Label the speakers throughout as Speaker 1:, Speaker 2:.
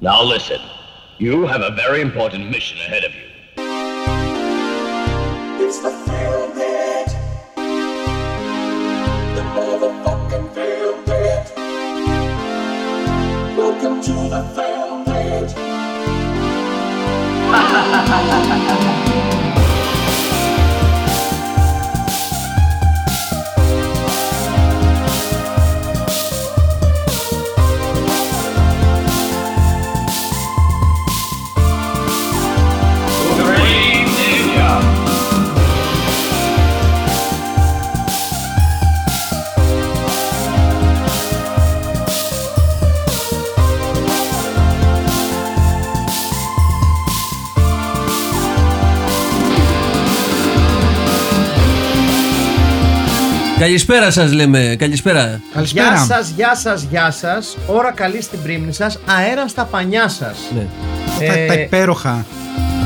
Speaker 1: Now listen, you have a very important mission ahead of you.
Speaker 2: It's the Feel Bit. The motherfucking Feel Bit. Welcome to the Feel Bit.
Speaker 3: Καλησπέρα σας, λέμε. Καλησπέρα.
Speaker 4: Καλησπέρα.
Speaker 5: Γεια σας, γεια σας, γεια σας. Ώρα καλή στην πρίμνη σας. Αέρα στα πανιά Ε, σα.
Speaker 3: Ναι.
Speaker 4: Τα, τα υπέροχα.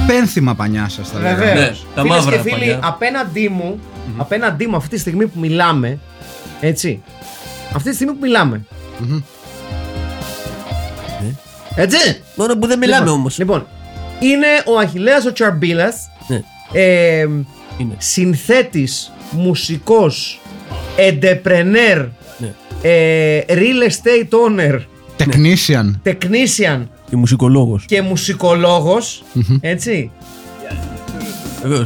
Speaker 4: Πένθυμα πανιά σας τα λέγαμε.
Speaker 5: Βεβαίως.
Speaker 3: Ναι, τα μαύρα
Speaker 5: και φίλοι,
Speaker 3: παλιά.
Speaker 5: απέναντί μου, απέναντί μου αυτή τη στιγμή που μιλάμε, έτσι. Αυτή τη στιγμή που μιλάμε. Ε, Έτσι.
Speaker 3: Μόνο που δεν μιλάμε
Speaker 5: Λοιπόν,
Speaker 3: όμως.
Speaker 5: Λοιπόν, είναι ο Αχηλέας ο Τσαρμπίλας,
Speaker 3: Ναι,
Speaker 5: ε,
Speaker 3: είναι.
Speaker 5: συνθέτης, μουσικός, entrepreneur,
Speaker 3: Ναι.
Speaker 5: ε, real estate owner,
Speaker 4: Technician.
Speaker 5: technician
Speaker 3: Και μουσικολόγος.
Speaker 5: και μουσικολόγος, έτσι.
Speaker 3: Βεβαίως.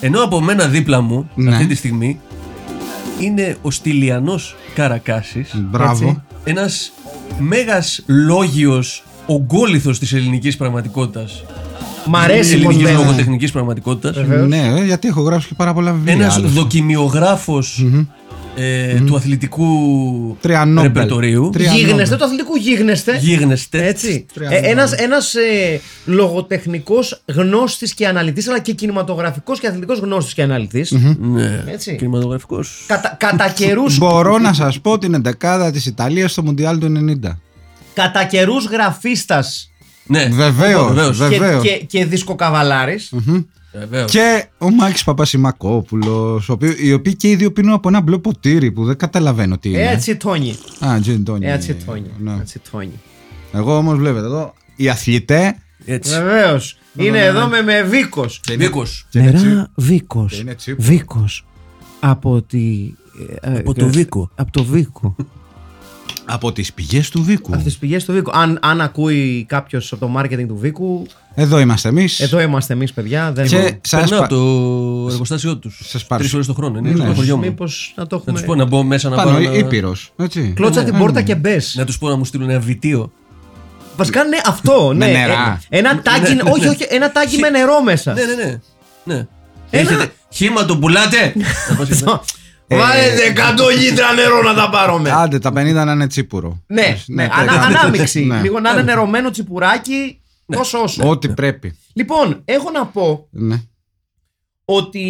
Speaker 3: Ενώ από μένα δίπλα μου,
Speaker 4: Ναι.
Speaker 3: αυτή τη στιγμή, είναι ο Στυλιανός Καρακάσης.
Speaker 4: Μπράβο.
Speaker 3: Ένας μέγας λόγιος ογκόλυθο της ελληνικής πραγματικότητας.
Speaker 5: Μ' αρέσει η
Speaker 3: ελληνική
Speaker 5: κονδέλα.
Speaker 3: λογοτεχνικής πραγματικότητας.
Speaker 5: Βεβαίως.
Speaker 4: Ναι, ε, γιατί έχω γράψει και πάρα πολλά
Speaker 5: Ε,
Speaker 4: βιβλία.
Speaker 3: Ένας
Speaker 4: άλλωστε.
Speaker 3: δοκιμιογράφος ε, του αθλητικού
Speaker 4: Τρία Νόμπελ.
Speaker 3: ρεπερτορίου.
Speaker 4: Τρία
Speaker 5: Γίγνεστε,
Speaker 4: Νόμπελ.
Speaker 5: του αθλητικού γίγνεστε.
Speaker 3: Γίγνεστε.
Speaker 5: Έτσι.
Speaker 4: Τρία
Speaker 5: Ε,
Speaker 4: νόμπελ.
Speaker 5: ένας ένας ε, λογοτεχνικός γνώστης και αναλυτής, αλλά και κινηματογραφικός και αθλητικός γνώστης και αναλυτής.
Speaker 3: Ναι.
Speaker 5: Έτσι.
Speaker 3: Κινηματογραφικός.
Speaker 5: Κατά, κατά καιρούς
Speaker 4: Μπορώ να σας πω την εντεκάδα της Ιταλίας στο Μουντιάλ του 90.
Speaker 5: κατά καιρούς γραφίστας
Speaker 3: Ναι.
Speaker 4: Βεβαίως,
Speaker 3: Βεβαίως.
Speaker 4: βεβαίως.
Speaker 5: και,
Speaker 4: Βεβαίω.
Speaker 5: και, και δισκοκαβαλάρης.
Speaker 3: Βεβαίως.
Speaker 4: Και ο Μάκης Παπασημακόπουλος, οι οποίοι και οι δύο πίνουν από ένα μπλε ποτήρι που δεν καταλαβαίνω τι είναι.
Speaker 5: Ε, Έτσι τόνι. Ε,
Speaker 4: Α, gin tonic.
Speaker 5: Έτσι τόνι.
Speaker 4: Ναι.
Speaker 5: Έτσι τόνι.
Speaker 4: Εγώ όμως βλέπετε εδώ, οι αθλητέ.
Speaker 3: Έτσι.
Speaker 5: Βεβαίως. Είναι εδώ με, με Βίκος.
Speaker 3: Ε,
Speaker 4: Ε,
Speaker 3: Βίκος.
Speaker 4: τσι-
Speaker 5: Βίκος.
Speaker 4: και είναι τσίπ.
Speaker 5: Βίκος. Από τη.
Speaker 3: Από το Βίκο.
Speaker 5: Από το Βίκο.
Speaker 4: Από τις πηγές του Βίκου.
Speaker 5: Από τις πηγές του Βίκο. Αν, αν ακούει κάποιος από το marketing του Βίκου,
Speaker 4: Εδώ είμαστε εμείς.
Speaker 5: εδώ είμαστε εμείς, παιδιά. Δεν
Speaker 4: Και σας
Speaker 3: Περνάω το εργοστάσιό τους.
Speaker 4: Σας πάρω.
Speaker 3: Τρεις φορέ το χρόνο. Είναι
Speaker 4: Ναι.
Speaker 3: στο χωριό μου.
Speaker 5: Μήπως να το
Speaker 3: Να
Speaker 5: έχουμε.
Speaker 3: του πω να μπω μέσα να
Speaker 4: Πάνω Ναι,
Speaker 3: πάω. να-
Speaker 4: ήπειρος.
Speaker 5: Κλώτσα την πόρτα και μπες.
Speaker 3: Να τους πω να μου στείλουν ένα βιτίο.
Speaker 5: Βασικά, ναι, αυτό. Ναι,
Speaker 4: νερά.
Speaker 5: Ε, Ένα τάκι.
Speaker 3: ναι.
Speaker 5: Όχι, όχι, ένα τάκι με νερό μέσα.
Speaker 3: Ναι, ναι, ναι. ναι.
Speaker 5: Ένα-
Speaker 3: Έχετε. Χήμα τον πουλάτε. Να πω σε-
Speaker 5: Βάλετε 100 λίτρα νερό να τα πάρω με.
Speaker 4: Άντε, τα 50 να είναι τσίπουρο.
Speaker 5: Ναι, ναι,
Speaker 4: τα
Speaker 5: ανα,
Speaker 4: έκανα.
Speaker 5: ανάμειξη.
Speaker 4: Ναι.
Speaker 5: Λίγο να είναι νερωμένο τσιπουράκι, τόσο όσο.
Speaker 4: Ό,τι πρέπει.
Speaker 5: Λοιπόν, έχω να πω
Speaker 4: Ναι.
Speaker 5: ότι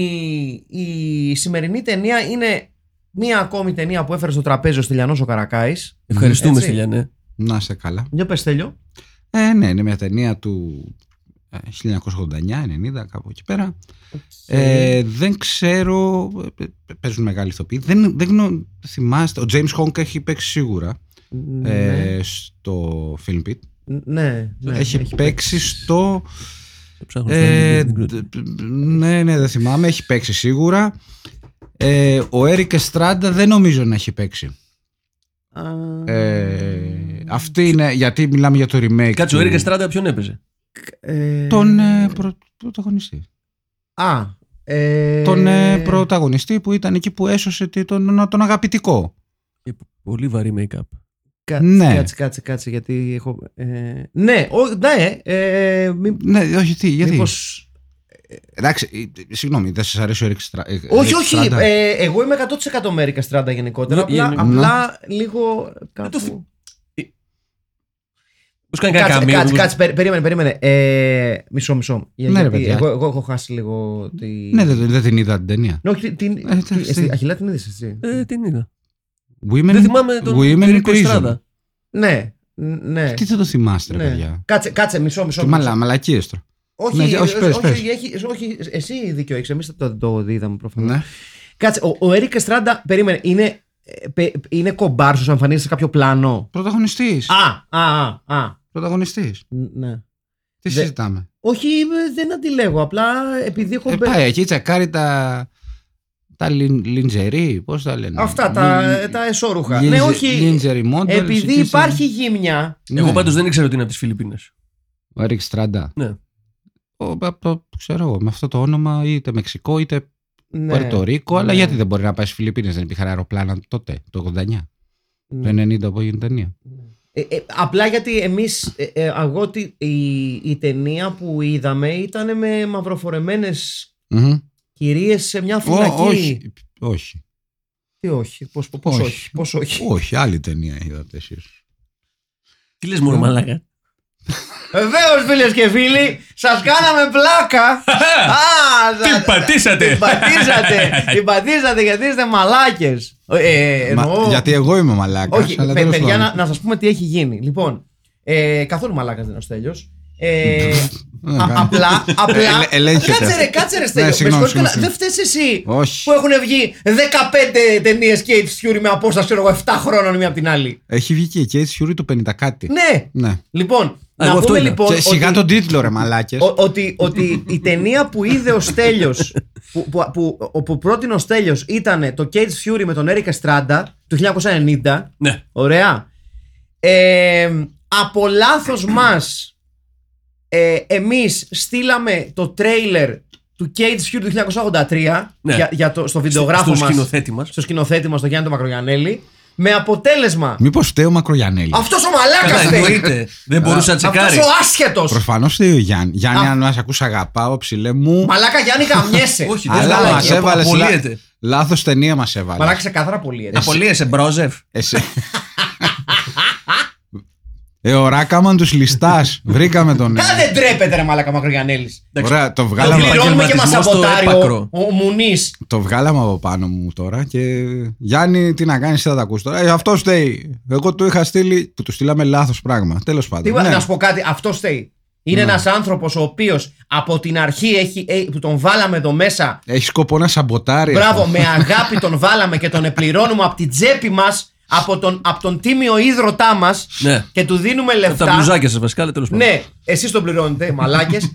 Speaker 5: η σημερινή ταινία είναι μία ακόμη ταινία που έφερε στο τραπέζι ο Στυλιανός ο Καρακάης.
Speaker 3: Ευχαριστούμε,
Speaker 5: Έτσι.
Speaker 3: Στυλιανέ.
Speaker 4: Να είστε καλά.
Speaker 5: Για πες Στέλιο.
Speaker 4: Ε, ναι, είναι μια ταινία του ε, 1989-90, κάπου εκεί πέρα. Ε, δεν ξέρω. ε, παι- Παίζουν μεγάλοι ηθοποιοί. Δεν, δεν γνω- θυμάστε. Ο James Honk έχει παίξει σίγουρα ε, στο Film Pit.
Speaker 5: Ναι, ναι,
Speaker 4: έχει, παίξει στο.
Speaker 3: Το ψάχνω στο
Speaker 4: Ε,
Speaker 3: Ιντερνετ, δεν ξέρω.
Speaker 4: δ- δ- ναι, ναι, δεν θυμάμαι. Έχει παίξει σίγουρα. Ε, ο Έρικ Εστράντα δεν νομίζω να έχει παίξει.
Speaker 5: Α,
Speaker 4: Ε, αυτή είναι. Γιατί μιλάμε για το remake.
Speaker 3: Κάτσε ο
Speaker 4: του-
Speaker 3: Έρικε Στράντα ποιον έπαιζε.
Speaker 5: ε,
Speaker 4: Τον ε, πρω- πρωταγωνιστή.
Speaker 5: Α, ε,
Speaker 4: Τον ε, πρωταγωνιστή που ήταν εκεί που έσωσε τη- τον, τον αγαπητικό.
Speaker 3: Ε, Πολύ βαρύ make-up.
Speaker 5: Κάτσε,
Speaker 4: ναι.
Speaker 5: κάτσε, κάτσε, κάτσε, γιατί έχω... ε, ναι, ο, ναι, ε, μη-
Speaker 4: Ναι, όχι, τι, γιατί.
Speaker 5: μήπως-
Speaker 4: Εντάξει, ε, συγγνώμη, δεν σας αρέσει ο Eric Stra- ε,
Speaker 5: Όχι,
Speaker 4: Eric
Speaker 5: όχι.
Speaker 4: Strada.
Speaker 5: ε, εγώ είμαι 100% Μέρικα Στράντα γενικότερα.
Speaker 3: Ναι,
Speaker 5: Απλά,
Speaker 3: ναι.
Speaker 5: απλά λίγο.
Speaker 4: Ε,
Speaker 5: Κάπου...
Speaker 3: φι- Πώ κάνει
Speaker 5: Κάτσε,
Speaker 3: κανένα
Speaker 5: κάτσε,
Speaker 3: καμία.
Speaker 5: κάτσε, περί- περίμενε, περίμενε. Ε, μισό, μισό. Για-
Speaker 4: Ναι, ρε,
Speaker 5: γιατί
Speaker 4: παιδιά.
Speaker 5: εγώ, εγώ έχω χάσει λίγο. Τη...
Speaker 4: Ναι, δεν, δεν την είδα την ταινία.
Speaker 5: Ναι, όχι, την.
Speaker 4: Ε, εντάξει.
Speaker 5: εσύ, Αχιλά την είδες εσύ.
Speaker 3: Ε, την είδα.
Speaker 4: Women,
Speaker 3: Δεν θυμάμαι τον
Speaker 4: Women in
Speaker 3: Ερικο
Speaker 4: Prison. Ε.
Speaker 3: Εστράντα.
Speaker 5: Ναι, ναι.
Speaker 4: Τι θα το θυμάστε, ρε
Speaker 5: ναι.
Speaker 4: παιδιά.
Speaker 5: Κάτσε, κάτσε, μισό, μισό.
Speaker 4: Και
Speaker 5: μισό.
Speaker 4: μαλα, μαλακίες τώρα.
Speaker 5: Όχι,
Speaker 4: Ναι, όχι,
Speaker 5: όχι,
Speaker 4: πες, πες.
Speaker 5: όχι, έχεις- όχι, εσύ δίκιο έχεις. Εμείς το, το δίδαμε προφανώς.
Speaker 4: Ναι.
Speaker 5: Κάτσε, ο, ο Έρικ Στράντα, περίμενε, είναι, ε, πε- είναι κομπάρσος, εμφανίζεται σε κάποιο πλάνο.
Speaker 4: Πρωταγωνιστής.
Speaker 5: Α, α, α, α.
Speaker 4: Πρωταγωνιστής.
Speaker 5: Ναι.
Speaker 4: Τι
Speaker 5: Δε-
Speaker 4: συζητάμε.
Speaker 5: Όχι, ε, δεν αντιλέγω. Απλά επειδή έχω
Speaker 4: Ε,
Speaker 5: μπε-
Speaker 4: πάει εκεί, τσεκάρει τα. τα λιν, λιντζερί, πώς τα λένε.
Speaker 5: Αυτά τα,
Speaker 4: Λιν-
Speaker 5: τα εσώρουχα.
Speaker 4: λιντζε-
Speaker 5: ναι, όχι.
Speaker 4: Λιντζερί models,
Speaker 5: Επειδή
Speaker 4: εκεί σε-
Speaker 5: υπάρχει γύμνια.
Speaker 4: Ναι.
Speaker 3: Εγώ πάντως δεν ήξερα ότι είναι από τις Φιλιππίνες.
Speaker 4: Ο Ρίξ Τραντά.
Speaker 3: Ναι.
Speaker 4: Ο, απ' το, ξέρω εγώ, με αυτό το όνομα είτε Μεξικό είτε
Speaker 5: Ναι.
Speaker 4: Πορτορίκο, αλλά
Speaker 5: Ναι.
Speaker 4: γιατί δεν μπορεί να πάει στις Φιλιππίνες, δεν υπήρχαν αεροπλάνα τότε, το 89.
Speaker 5: Ναι.
Speaker 4: Το 90 που έγινε η ταινία.
Speaker 5: Ε, ε, απλά γιατί εμείς ε, ε, εγώ τη- η, η ταινία που είδαμε ήταν με μαυροφορεμένες
Speaker 4: Μμμ.
Speaker 5: κυρίες σε μια
Speaker 4: Ω,
Speaker 5: φυλακή.
Speaker 4: όχι. Όχι.
Speaker 5: Τι όχι, πώς, πώς όχι.
Speaker 4: Όχι.
Speaker 5: πώς όχι.
Speaker 4: όχι, άλλη ταινία είδατε εσείς.
Speaker 3: Τι λες,
Speaker 4: Ναι.
Speaker 3: Μωρό Μαλάκα.
Speaker 5: Βεβαίως, φίλες και φίλοι, σας κάναμε πλάκα. Α, θα-
Speaker 3: Τι πατήσατε!
Speaker 5: την πατήσατε, την πατήσατε γιατί είστε μαλάκες. Ε,
Speaker 4: Μα-
Speaker 5: εννοώ-
Speaker 4: γιατί εγώ είμαι μαλάκας.
Speaker 5: Όχι,
Speaker 4: αλλά
Speaker 5: παι-
Speaker 4: τέλος
Speaker 5: παιδιά,
Speaker 4: πάντων.
Speaker 5: να, να σας πούμε τι έχει γίνει. Λοιπόν, ε, καθόλου μαλάκας δεν είναι ο Στέλιος. Ε,
Speaker 4: Ε,
Speaker 5: α-
Speaker 4: κάνε-
Speaker 5: απλά, απλά.
Speaker 4: ελε- ελέγχεται.
Speaker 5: κάτσε ρε, κάτσε ρε, Στέλιο.
Speaker 4: Ναι,
Speaker 5: Με
Speaker 4: συγγνώμη,
Speaker 5: συγχωρείτε, αλλά
Speaker 4: συγγνώμη.
Speaker 5: Δεν φταίει εσύ
Speaker 4: Όχι.
Speaker 5: που έχουν βγει 15 ταινίε Kate Fury με απόσταση, ξέρω εγώ, 7 χρόνων η μία από την άλλη.
Speaker 4: Έχει βγει και η Κέιτ Σιούρι του 50 κάτι.
Speaker 5: Ναι,
Speaker 4: Ναι.
Speaker 5: λοιπόν.
Speaker 3: εγώ
Speaker 5: να
Speaker 3: αυτό
Speaker 5: πούμε
Speaker 3: είδα.
Speaker 5: λοιπόν.
Speaker 4: Και σιγά
Speaker 5: ότι-
Speaker 4: τον τίτλο, ρε μαλάκες.
Speaker 5: ο- ότι, ότι η ταινία που είδε ο Στέλιος που, που, που, όπου πρότεινε ο Στέλιος ήταν το Cage Fury με τον Eric Estrada του 1990
Speaker 3: Ναι.
Speaker 5: Ωραία. Ε, από λάθος μας, ε, εμείς στείλαμε το τρέιλερ του Cage Fury του 1983
Speaker 3: Ναι.
Speaker 5: για, για το, στο
Speaker 3: Στον
Speaker 5: βιντεογράφο μας.
Speaker 3: σκηνοθέτη μας.
Speaker 5: Στο σκηνοθέτη μας, τον Γιάννη τον Μακρογιανέλη. Με αποτέλεσμα.
Speaker 4: Μήπως φταίει ο Μακρογιανέλη.
Speaker 5: Αυτός ο μαλάκας
Speaker 3: Εννοείται. Δεν μπορούσε να τσεκάρει.
Speaker 5: Αυτό ο άσχετος.
Speaker 4: Προφανώς φταίει ο Γιάννη. Γιάννη,
Speaker 5: Α.
Speaker 4: αν μας ακούς, αγαπάω, ψηλέ μου.
Speaker 5: Μαλάκα Γιάννη, γαμιέσαι.
Speaker 3: Όχι, δεν
Speaker 4: Αλλά
Speaker 3: θα
Speaker 5: Μαλάκα,
Speaker 4: μα
Speaker 3: αλλάζει.
Speaker 4: έβαλε.
Speaker 3: Απολύεται.
Speaker 4: Λάθος ταινία μας έβαλες.
Speaker 5: Μαλάκα ξεκάθαρα πολύ. έτσι.
Speaker 3: Απολύεσαι, Μπρόζεφ.
Speaker 4: Εσύ. ε, ο Ράκαμαν τους ληστά. Βρήκαμε τον.
Speaker 5: Κάντε ντρέπεται, ρε Μαλάκα Μακρογιανέλη.
Speaker 4: Ωραία, το
Speaker 5: Το
Speaker 4: βγάλαμε,
Speaker 5: πληρώνουμε και μας
Speaker 3: επαγγελματισμός στο
Speaker 5: σαμποτάρει ο,
Speaker 3: έπακρο.
Speaker 5: ο Μουνής.
Speaker 4: το βγάλαμε από πάνω μου τώρα και. Γιάννη, τι να κάνεις, θα τα ακούσει τώρα. Ε, αυτός φταίει. Εγώ του είχα στείλει. Που του στείλαμε λάθος πράγμα. Τέλος πάντων.
Speaker 5: Τίποτα,
Speaker 4: Ναι.
Speaker 5: να σου πω κάτι, αυτός στέει. Είναι
Speaker 4: Ναι.
Speaker 5: ένας άνθρωπος ο οποίος από την αρχή έχει, ε, που τον βάλαμε εδώ μέσα.
Speaker 4: Έχει σκοπό να σαμποτάρει.
Speaker 5: Μπράβο,
Speaker 4: αυτό.
Speaker 5: με αγάπη τον βάλαμε και τον επληρώνουμε από την τσέπη μας από τον, από τον τίμιο ίδρωτά μας
Speaker 3: Ναι.
Speaker 5: και του δίνουμε λεφτά.
Speaker 3: Τα μπλουζάκια σας βασικά, αλλά τέλος πάντων.
Speaker 5: Ναι, εσείς τον πληρώνετε, μαλάκες.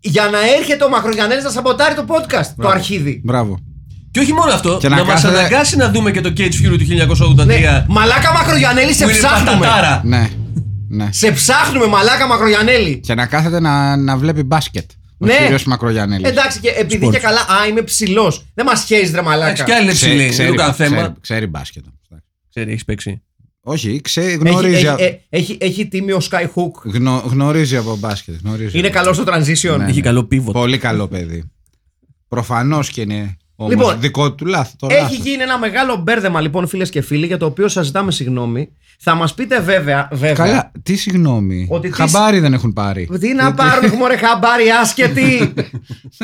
Speaker 5: για να έρχεται ο Μακρογιανέλης να σαμποτάρει το podcast, το αρχίδι.
Speaker 4: Μπράβο.
Speaker 3: Και όχι μόνο αυτό,
Speaker 4: Και
Speaker 3: να,
Speaker 4: να
Speaker 3: μας μα
Speaker 4: κάθεται-
Speaker 3: αναγκάσει να δούμε και το Cage Fury του 1983.
Speaker 5: Ναι, μαλάκα Μακρογιανέλη, σε
Speaker 3: Που είναι
Speaker 5: ψάχνουμε.
Speaker 3: πατατάρα.
Speaker 4: Ναι. ναι.
Speaker 5: Σε ψάχνουμε, μαλάκα Μακρογιανέλη.
Speaker 4: Και να κάθεται να, να βλέπει μπάσκετ. Ο
Speaker 5: Ναι.
Speaker 4: κύριος Μακρογιανέλης.
Speaker 5: Εντάξει, και επειδή
Speaker 4: Σπορτς.
Speaker 5: και καλά, α, είμαι ψηλός. Δεν μας χέζεις, ρε μαλάκα.
Speaker 3: Εντάξει, κι άλλη είναι
Speaker 4: Ξέρει-
Speaker 3: ψηλή. Δεν
Speaker 4: ξέρει- Ναι,
Speaker 3: είναι κανένα θέμα.
Speaker 4: Ξέρει, ξέρει μπάσκετ.
Speaker 3: Ξέρει, έχεις παίξει.
Speaker 4: Όχι, ξέρει,
Speaker 5: Έχει,
Speaker 4: γνωρίζει,
Speaker 5: έχει,
Speaker 4: α-
Speaker 5: ε, έχει, έχει τίμιο skyhook.
Speaker 4: γνω- γνωρίζει από μπάσκετ. Γνωρίζει
Speaker 5: Είναι
Speaker 4: από-
Speaker 5: καλό στο transition.
Speaker 4: Ναι.
Speaker 3: Είχε καλό πίβο.
Speaker 4: Πολύ καλό παιδί. Προφανώς και είναι όμως
Speaker 5: Λοιπόν,
Speaker 4: δικό του λάθος.
Speaker 5: Έχει γίνει ένα μεγάλο μπέρδεμα λοιπόν φίλες και φίλοι για το οποίο σας ζητάμε συγγνώμη. Θα μας πείτε βέβαια, βέβαια
Speaker 4: Καλά, τι συγγνώμη.
Speaker 5: Ότι τι-
Speaker 4: Χαμπάρι δεν έχουν πάρει.
Speaker 5: τι να πάρουν μωρέ χαμπάρι άσχετοι.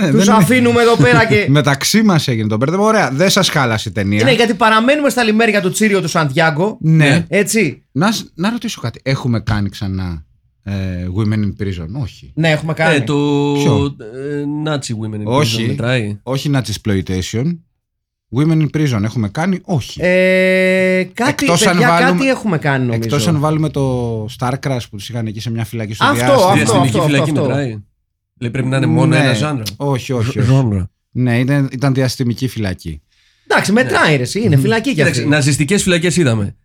Speaker 4: Ναι,
Speaker 5: Τους
Speaker 4: δεν-
Speaker 5: αφήνουμε ε. εδώ πέρα και...
Speaker 4: Μεταξύ μας έγινε το μπέρδεμα. Ωραία, δεν σας χάλασε η ταινία.
Speaker 5: ναι γιατί παραμένουμε στα λιμέρια του Τσίριο του Σαντιάγκο.
Speaker 4: Ναι.
Speaker 5: Έτσι.
Speaker 4: Να, σ- να ρωτήσω κάτι. Έχουμε κάνει ξανά ε, Women in Prison. Όχι.
Speaker 5: Ναι έχουμε κάνει.
Speaker 3: Ε, το
Speaker 4: Ποιο?
Speaker 3: ε, Nazi Women in
Speaker 4: Όχι.
Speaker 3: Prison μετράει.
Speaker 4: Όχι Nazi exploitation. Women in prison έχουμε κάνει. Όχι.
Speaker 5: Ε, κάτι,
Speaker 4: Εκτός αν
Speaker 5: παιδιά,
Speaker 4: βάλουμε-
Speaker 5: κάτι έχουμε κάνει νομίζω.
Speaker 4: Εκτός αν βάλουμε το Star Crash που τους είχαν εκεί σε μια φυλακή στο
Speaker 5: Αυτό,
Speaker 4: διάστημα.
Speaker 5: αυτό,
Speaker 3: Διαστημική
Speaker 5: αυτό,
Speaker 3: φυλακή
Speaker 5: αυτό.
Speaker 3: μετράει. Λέει πρέπει να είναι μόνο
Speaker 4: Ναι.
Speaker 3: ένα ζάνρο.
Speaker 4: Όχι, όχι. όχι.
Speaker 3: Ζάνρο.
Speaker 4: ναι, ήταν, ήταν διαστημική φυλακή.
Speaker 5: Εντάξει μετράει ρε εσύ, είναι φυλακή κι
Speaker 3: Κοίταξε,
Speaker 5: αυτή.
Speaker 3: ναζιστικές φυλακές είδαμε.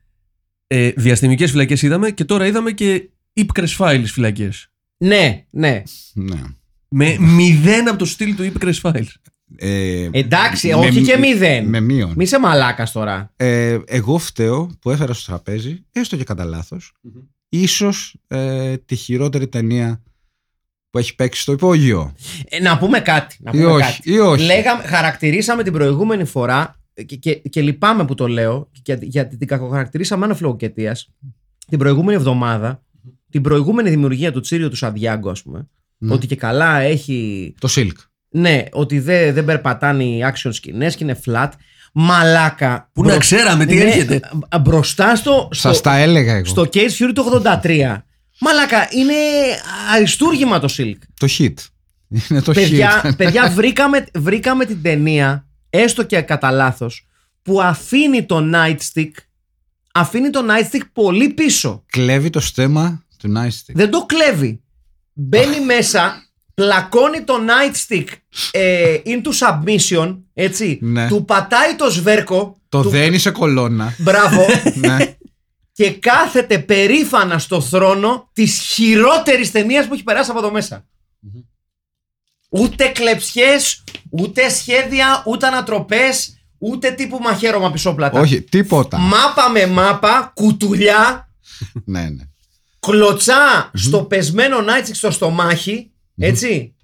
Speaker 3: Ε, Διαστημικές φυλακές είδαμε και τώρα είδαμε και ύπκρε files φυλακές.
Speaker 5: Ναι, ναι.
Speaker 4: Ναι.
Speaker 3: Με μηδέν από το στυλ του ύπκρε files.
Speaker 4: Ε,
Speaker 5: Εντάξει, όχι και μηδέν.
Speaker 4: Με μείον.
Speaker 5: Μη σε μαλάκας τώρα.
Speaker 4: Ε, εγώ φταίω που έφερα στο τραπέζι, έστω και κατά λάθος, ίσως ε, τη χειρότερη ταινία που έχει παίξει στο υπόγειο.
Speaker 5: Ε, να πούμε κάτι. Να
Speaker 4: Ή
Speaker 5: πούμε
Speaker 4: όχι,
Speaker 5: κάτι.
Speaker 4: ή όχι.
Speaker 5: Λέγαμε, χαρακτηρίσαμε την προηγούμενη φορά ε, και, και, και λυπάμαι που το λέω, και- γιατί την κακοχαρακτηρίσαμε αναφιλοκαιτία την προηγούμενη εβδομάδα, την προηγούμενη δημιουργία του Τσίριου του Σαντιάγκο, ας πούμε.
Speaker 4: Ναι.
Speaker 5: Ότι και καλά έχει.
Speaker 4: Το Silk.
Speaker 5: Ναι, ότι δεν δεν περπατάνε οι action σκηνές και είναι flat. Μαλάκα.
Speaker 3: Πού
Speaker 5: Μπρο-
Speaker 3: να ξέραμε τι
Speaker 5: Ναι,
Speaker 3: έρχεται.
Speaker 5: α, Μπροστά στο. στο-
Speaker 4: Σας τα έλεγα εγώ.
Speaker 5: στο Cage Fury του 83. Μαλάκα, είναι αριστούργημα το Silk.
Speaker 4: Το hit. Είναι το
Speaker 5: παιδιά,
Speaker 4: hit.
Speaker 5: παιδιά βρήκαμε, βρήκαμε την ταινία, έστω και κατά λάθος, που αφήνει το Nightstick, αφήνει το Nightstick πολύ πίσω.
Speaker 4: Κλέβει το στέμα Του Nightstick.
Speaker 5: Δεν το κλέβει. Μπαίνει μέσα, πλακώνει το nightstick ε, into submission, έτσι.
Speaker 4: Ναι.
Speaker 5: Του πατάει το σβέρκο.
Speaker 4: Το
Speaker 5: του-
Speaker 4: δένει σε κολόνα.
Speaker 5: Μπράβο.
Speaker 4: ναι.
Speaker 5: και κάθεται περήφανα στο θρόνο της χειρότερης ταινίας που έχει περάσει από εδώ μέσα. Ούτε κλεψιές, ούτε σχέδια, ούτε ανατροπές, ούτε τύπου μαχαίρωμα πισόπλατα.
Speaker 4: Όχι, τίποτα.
Speaker 5: Μάπα με μάπα, κουτουλιά,
Speaker 4: ναι, ναι.
Speaker 5: κλωτσά στο πεσμένο nightstick στο στομάχι, έτσι.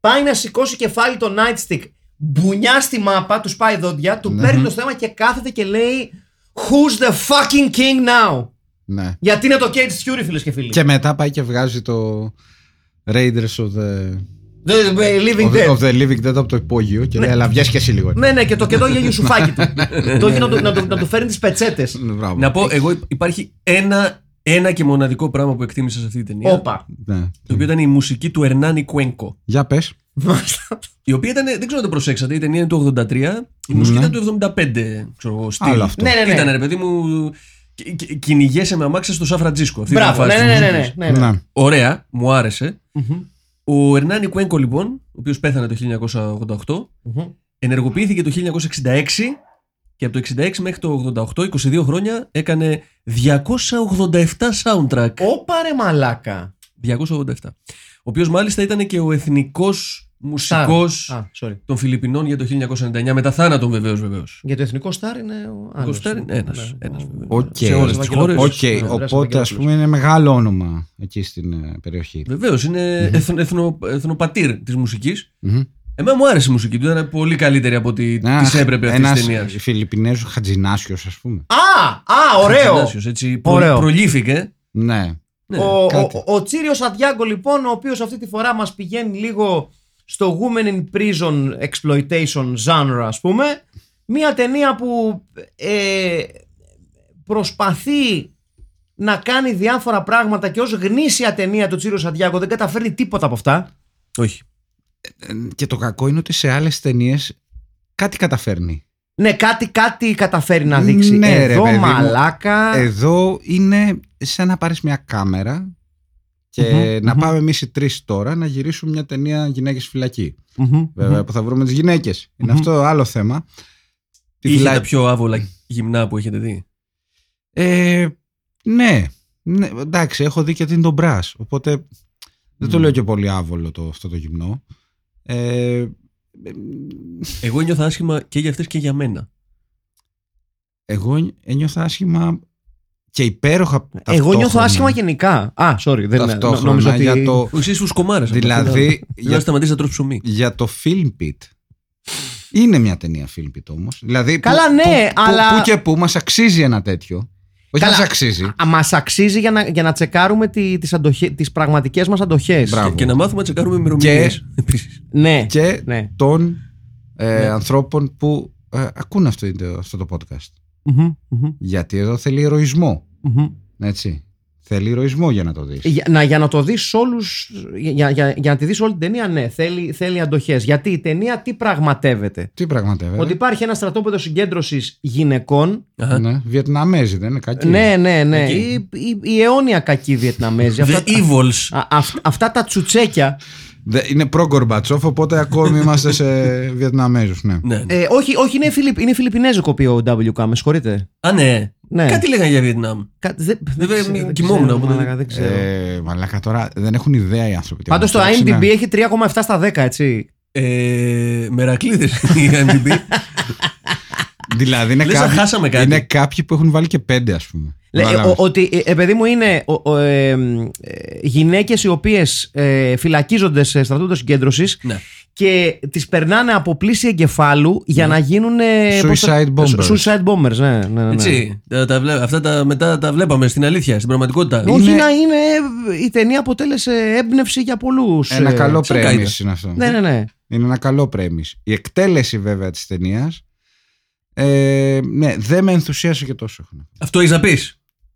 Speaker 5: Πάει να σηκώσει κεφάλι το nightstick, μπουνιά στη μάπα, του πάει δόντια, του παίρνει το στέμα και κάθεται και λέει Who's the fucking king now?
Speaker 4: ναι.
Speaker 5: Γιατί είναι το Cage Fury, φίλες και φίλοι.
Speaker 4: Και μετά πάει και βγάζει το Raiders of the,
Speaker 5: The Living
Speaker 4: of the,
Speaker 5: Dead.
Speaker 4: of the Living Dead από το υπόγειο και λέει, αλλά βγες και εσύ λίγο.
Speaker 5: Ναι, ναι, και το κεντό για γιουσουφάκι του. το έχει να του- να του- να του φέρνει τις πετσέτες.
Speaker 4: Ναι, Μπράβο.
Speaker 3: Να πω, εγώ υ- υπάρχει ένα, ένα και μοναδικό πράγμα που εκτίμησα σε αυτή την ταινία.
Speaker 5: Όπα.
Speaker 4: Ναι.
Speaker 3: Το οποίο ήταν η μουσική του Ερνάνι Κουένκο.
Speaker 4: Για πες.
Speaker 5: Μάλιστα.
Speaker 3: Η οποία ήταν, δεν ξέρω αν το προσέξατε, η ταινία είναι του 83, η μουσική
Speaker 4: Ναι.
Speaker 3: ήταν του 75, ξέρω εγώ, στυλ.
Speaker 4: Άλλο αυτό.
Speaker 5: Ναι, ναι, ναι.
Speaker 3: Ήταν ρε παιδί μου, κι- κι- κυνηγέσαι με αμάξια στο Σαν Φραντζίσκο. Αυτή ήταν η
Speaker 5: Μπράβο.
Speaker 3: φάση
Speaker 5: Ναι,
Speaker 3: της
Speaker 5: ναι, ναι,
Speaker 3: μουσικής.
Speaker 5: ναι. ναι, ναι.
Speaker 4: Ναι.
Speaker 3: Ωραία, μου άρεσε.
Speaker 5: Μμμ.
Speaker 3: Ο Ερνάνι Κουένκο λοιπόν, ο οποίος πέθανε το 1988,
Speaker 5: Μμμ.
Speaker 3: ενεργοποιήθηκε το 1966 και από το 66 μέχρι το 88, 22 χρόνια, έκανε 287 soundtrack.
Speaker 5: Όπα ρε μαλάκα.
Speaker 3: 287. Ο οποίος μάλιστα ήταν και ο εθνικός μουσικός
Speaker 5: Α, sorry.
Speaker 3: των Φιλιππινών για το 1999, μετά θάνατον βεβαίως βεβαίως.
Speaker 5: Για το εθνικό στάρ είναι ο Ναι,
Speaker 3: Ο
Speaker 5: άλλο.
Speaker 3: Κωστάρ είναι ένας, ένας βεβαίως.
Speaker 4: Οκ.
Speaker 3: Σε όλες τις
Speaker 5: Ευαγγελόπουλος.
Speaker 3: χώρες.
Speaker 4: Οκ,
Speaker 5: Ναι, ο
Speaker 4: οπότε
Speaker 5: Δράσης
Speaker 4: ας πούμε είναι μεγάλο όνομα εκεί στην ε, περιοχή.
Speaker 3: Βεβαίως, είναι εθν- εθνο, εθνοπατήρ της μουσικής.
Speaker 4: Μμμ.
Speaker 3: Εμένα μου άρεσε η μουσική του, ήταν πολύ καλύτερη από ό,τι
Speaker 4: Ναι,
Speaker 3: της έπρεπε αυτή
Speaker 4: ένας
Speaker 3: τη ταινίας.
Speaker 4: Φιλιππινέζος Χατζινάσιος ας πούμε.
Speaker 5: Α, α, ωραίο.
Speaker 3: Γυμνάσιος, Έτσι, προ-
Speaker 5: Ωραίο.
Speaker 3: Προλήφθηκε.
Speaker 4: Ναι.
Speaker 3: Ναι.
Speaker 5: Ο,
Speaker 4: κάτι.
Speaker 5: ο, ο Τσίριο Αδιάγκο, λοιπόν, ο οποίος αυτή τη φορά μας πηγαίνει λίγο στο Women in Prison Exploitation genre, ας πούμε. Μία ταινία που ε, προσπαθεί να κάνει διάφορα πράγματα και ως γνήσια ταινία του Τσίριος Σαντιάκο δεν καταφέρνει τίποτα από αυτά.
Speaker 3: Όχι.
Speaker 4: Ε, Και το κακό είναι ότι σε άλλες ταινίες κάτι καταφέρνει.
Speaker 5: Ναι, κάτι, κάτι καταφέρει να δείξει.
Speaker 4: Ναι, ρε,
Speaker 5: Εδώ
Speaker 4: παιδί μου. Ε,
Speaker 5: μαλάκα.
Speaker 4: Εδώ είναι σαν να πάρεις μια κάμερα και να πάμε εμείς οι τρεις τώρα να γυρίσουμε μια ταινία γυναίκες στη φυλακή.
Speaker 5: Μμμ.
Speaker 4: Βέβαια, που θα βρούμε τις γυναικες Είναι
Speaker 5: Μμμ.
Speaker 4: αυτό άλλο θέμα. Τη
Speaker 3: Είχε
Speaker 4: φυλα-
Speaker 3: τα πιο άβολα γυμνά που έχετε δει.
Speaker 4: Ε, ναι. ναι. Εντάξει, έχω δει και την τον Μπρας, οπότε δεν το
Speaker 3: Μμ.
Speaker 4: λέω και πολύ άβολο το, αυτό το γυμνό. Ε,
Speaker 3: Εγώ νιώθω άσχημα και για αυτές και για μένα.
Speaker 4: εγώ ένιωθα άσχημα και υπέροχα
Speaker 5: Εγώ νιώθω
Speaker 4: ταυτόχρονα.
Speaker 5: άσχημα γενικά. Α, sorry, δεν νο-
Speaker 4: ταυτόχρονα
Speaker 5: νόμιζα ότι.
Speaker 4: για το,
Speaker 3: Εσείς τους κομμάρες.
Speaker 4: δηλαδή
Speaker 3: Για να
Speaker 4: για,
Speaker 3: σταματήσεις να τρως ψωμί.
Speaker 4: για το film pit. Είναι μια ταινία film pit όμως. Δηλαδή,
Speaker 5: Καλά,
Speaker 4: που,
Speaker 5: ναι,
Speaker 4: που- που-
Speaker 5: αλλά-
Speaker 4: Που, και που μας αξίζει ένα τέτοιο. Όχι
Speaker 5: Καλά.
Speaker 4: μας αξίζει.
Speaker 5: Μας αξίζει για να, για να τσεκάρουμε τι τις αντοχε- τις πραγματικές μας αντοχές.
Speaker 4: Μπράβο.
Speaker 3: Και, και να μάθουμε να τσεκάρουμε ημερομηνίες. Επίσης.
Speaker 5: Ναι.
Speaker 4: Και
Speaker 5: ναι.
Speaker 4: των ε, ανθρώπων που ε, ακούν αυτό, το- αυτό το podcast.
Speaker 5: Μμμ, μμμ,
Speaker 4: Γιατί εδώ θέλει ηρωισμό.
Speaker 5: μμμ.
Speaker 4: Έτσι. Θέλει ηρωισμό για να το δεις.
Speaker 5: Για, να, για να το δεις όλους, για, για, για να τη δεις όλη την ταινία, ναι, θέλει, θέλει αντοχές. Γιατί η ταινία τι πραγματεύεται.
Speaker 4: Τι πραγματεύεται.
Speaker 5: Ότι υπάρχει ένα στρατόπεδο συγκέντρωσης γυναικών.
Speaker 3: Αχα.
Speaker 4: Ναι. Βιετναμέζοι δεν είναι κακοί.
Speaker 5: Ναι, ναι, ναι.
Speaker 3: Εκεί.
Speaker 5: Η, η, η αιώνια κακή Βιετναμέζη.
Speaker 3: The
Speaker 5: αυτά, τα-
Speaker 3: evils.
Speaker 5: α, αυ- αυτά τα τσουτσέκια.
Speaker 4: Δε- Είναι προ Γκορμπατσόφ, οπότε ακόμη είμαστε σε Βιετναμέζους. Ναι.
Speaker 3: Ναι. ναι.
Speaker 5: Ε, όχι, όχι, είναι, Φιλιπ, είναι φιλιππινέζικο πει ο WK, με συγχωρείτε.
Speaker 3: Α, ναι.
Speaker 5: Ναι.
Speaker 3: Κάτι λέγανε για Βιετνάμ.
Speaker 5: Κα- δεν- δεν
Speaker 3: Βέβαια,
Speaker 5: ξέρω, δεν
Speaker 3: κοιμόμουν,
Speaker 5: ξέρω,
Speaker 3: οπότε δεν-
Speaker 5: μαλάκα, δεν ξέρω.
Speaker 4: Ε, μαλάκα τώρα δεν έχουν ιδέα οι άνθρωποι.
Speaker 5: Πάντως το
Speaker 4: Εντάξει,
Speaker 5: IMDb
Speaker 4: ναι.
Speaker 5: έχει 3,7 στα 10, έτσι.
Speaker 3: Ε, Μερακλείδες η
Speaker 5: Ναι.
Speaker 3: IMDb.
Speaker 4: Δηλαδή είναι,
Speaker 3: Λες να
Speaker 4: κάποιοι,
Speaker 3: χάσαμε κάτι.
Speaker 4: είναι κάποιοι που έχουν βάλει και πέντε, ας πούμε.
Speaker 5: Λέ, ε,
Speaker 4: Κατάλαβες.
Speaker 5: ο- ότι ε, ε, παιδί μου είναι ο, ο, ε, μ, ε, γυναίκες οι οποίες ε, φυλακίζονται σε στρατούτο συγκέντρωσης
Speaker 3: Ναι.
Speaker 5: και τις περνάνε από πλήση εγκεφάλου για να γίνουν ε, πώς το-
Speaker 4: Ναι. Suicide bombers.
Speaker 5: Su- Suicide bombers, ναι, ναι, ναι.
Speaker 3: Έτσι. Τα- τα βλέ- Αυτά τα μετά τα βλέπαμε στην αλήθεια, στην πραγματικότητα.
Speaker 5: Όχι
Speaker 4: Είναι-
Speaker 5: να είναι η ταινία αποτέλεσε έμπνευση για πολλούς
Speaker 4: Ένα
Speaker 5: ε,
Speaker 4: καλό
Speaker 3: σαν καίδα.
Speaker 4: πρέμις είναι αυτό.
Speaker 5: Ναι, ναι, ναι.
Speaker 4: Είναι ένα καλό πρέμις. Η εκτέλεση βέβαια της ταινίας. Ε, ναι, δεν με ενθουσίασε και τόσο. έχω να πω.
Speaker 3: Αυτό έχει να πει.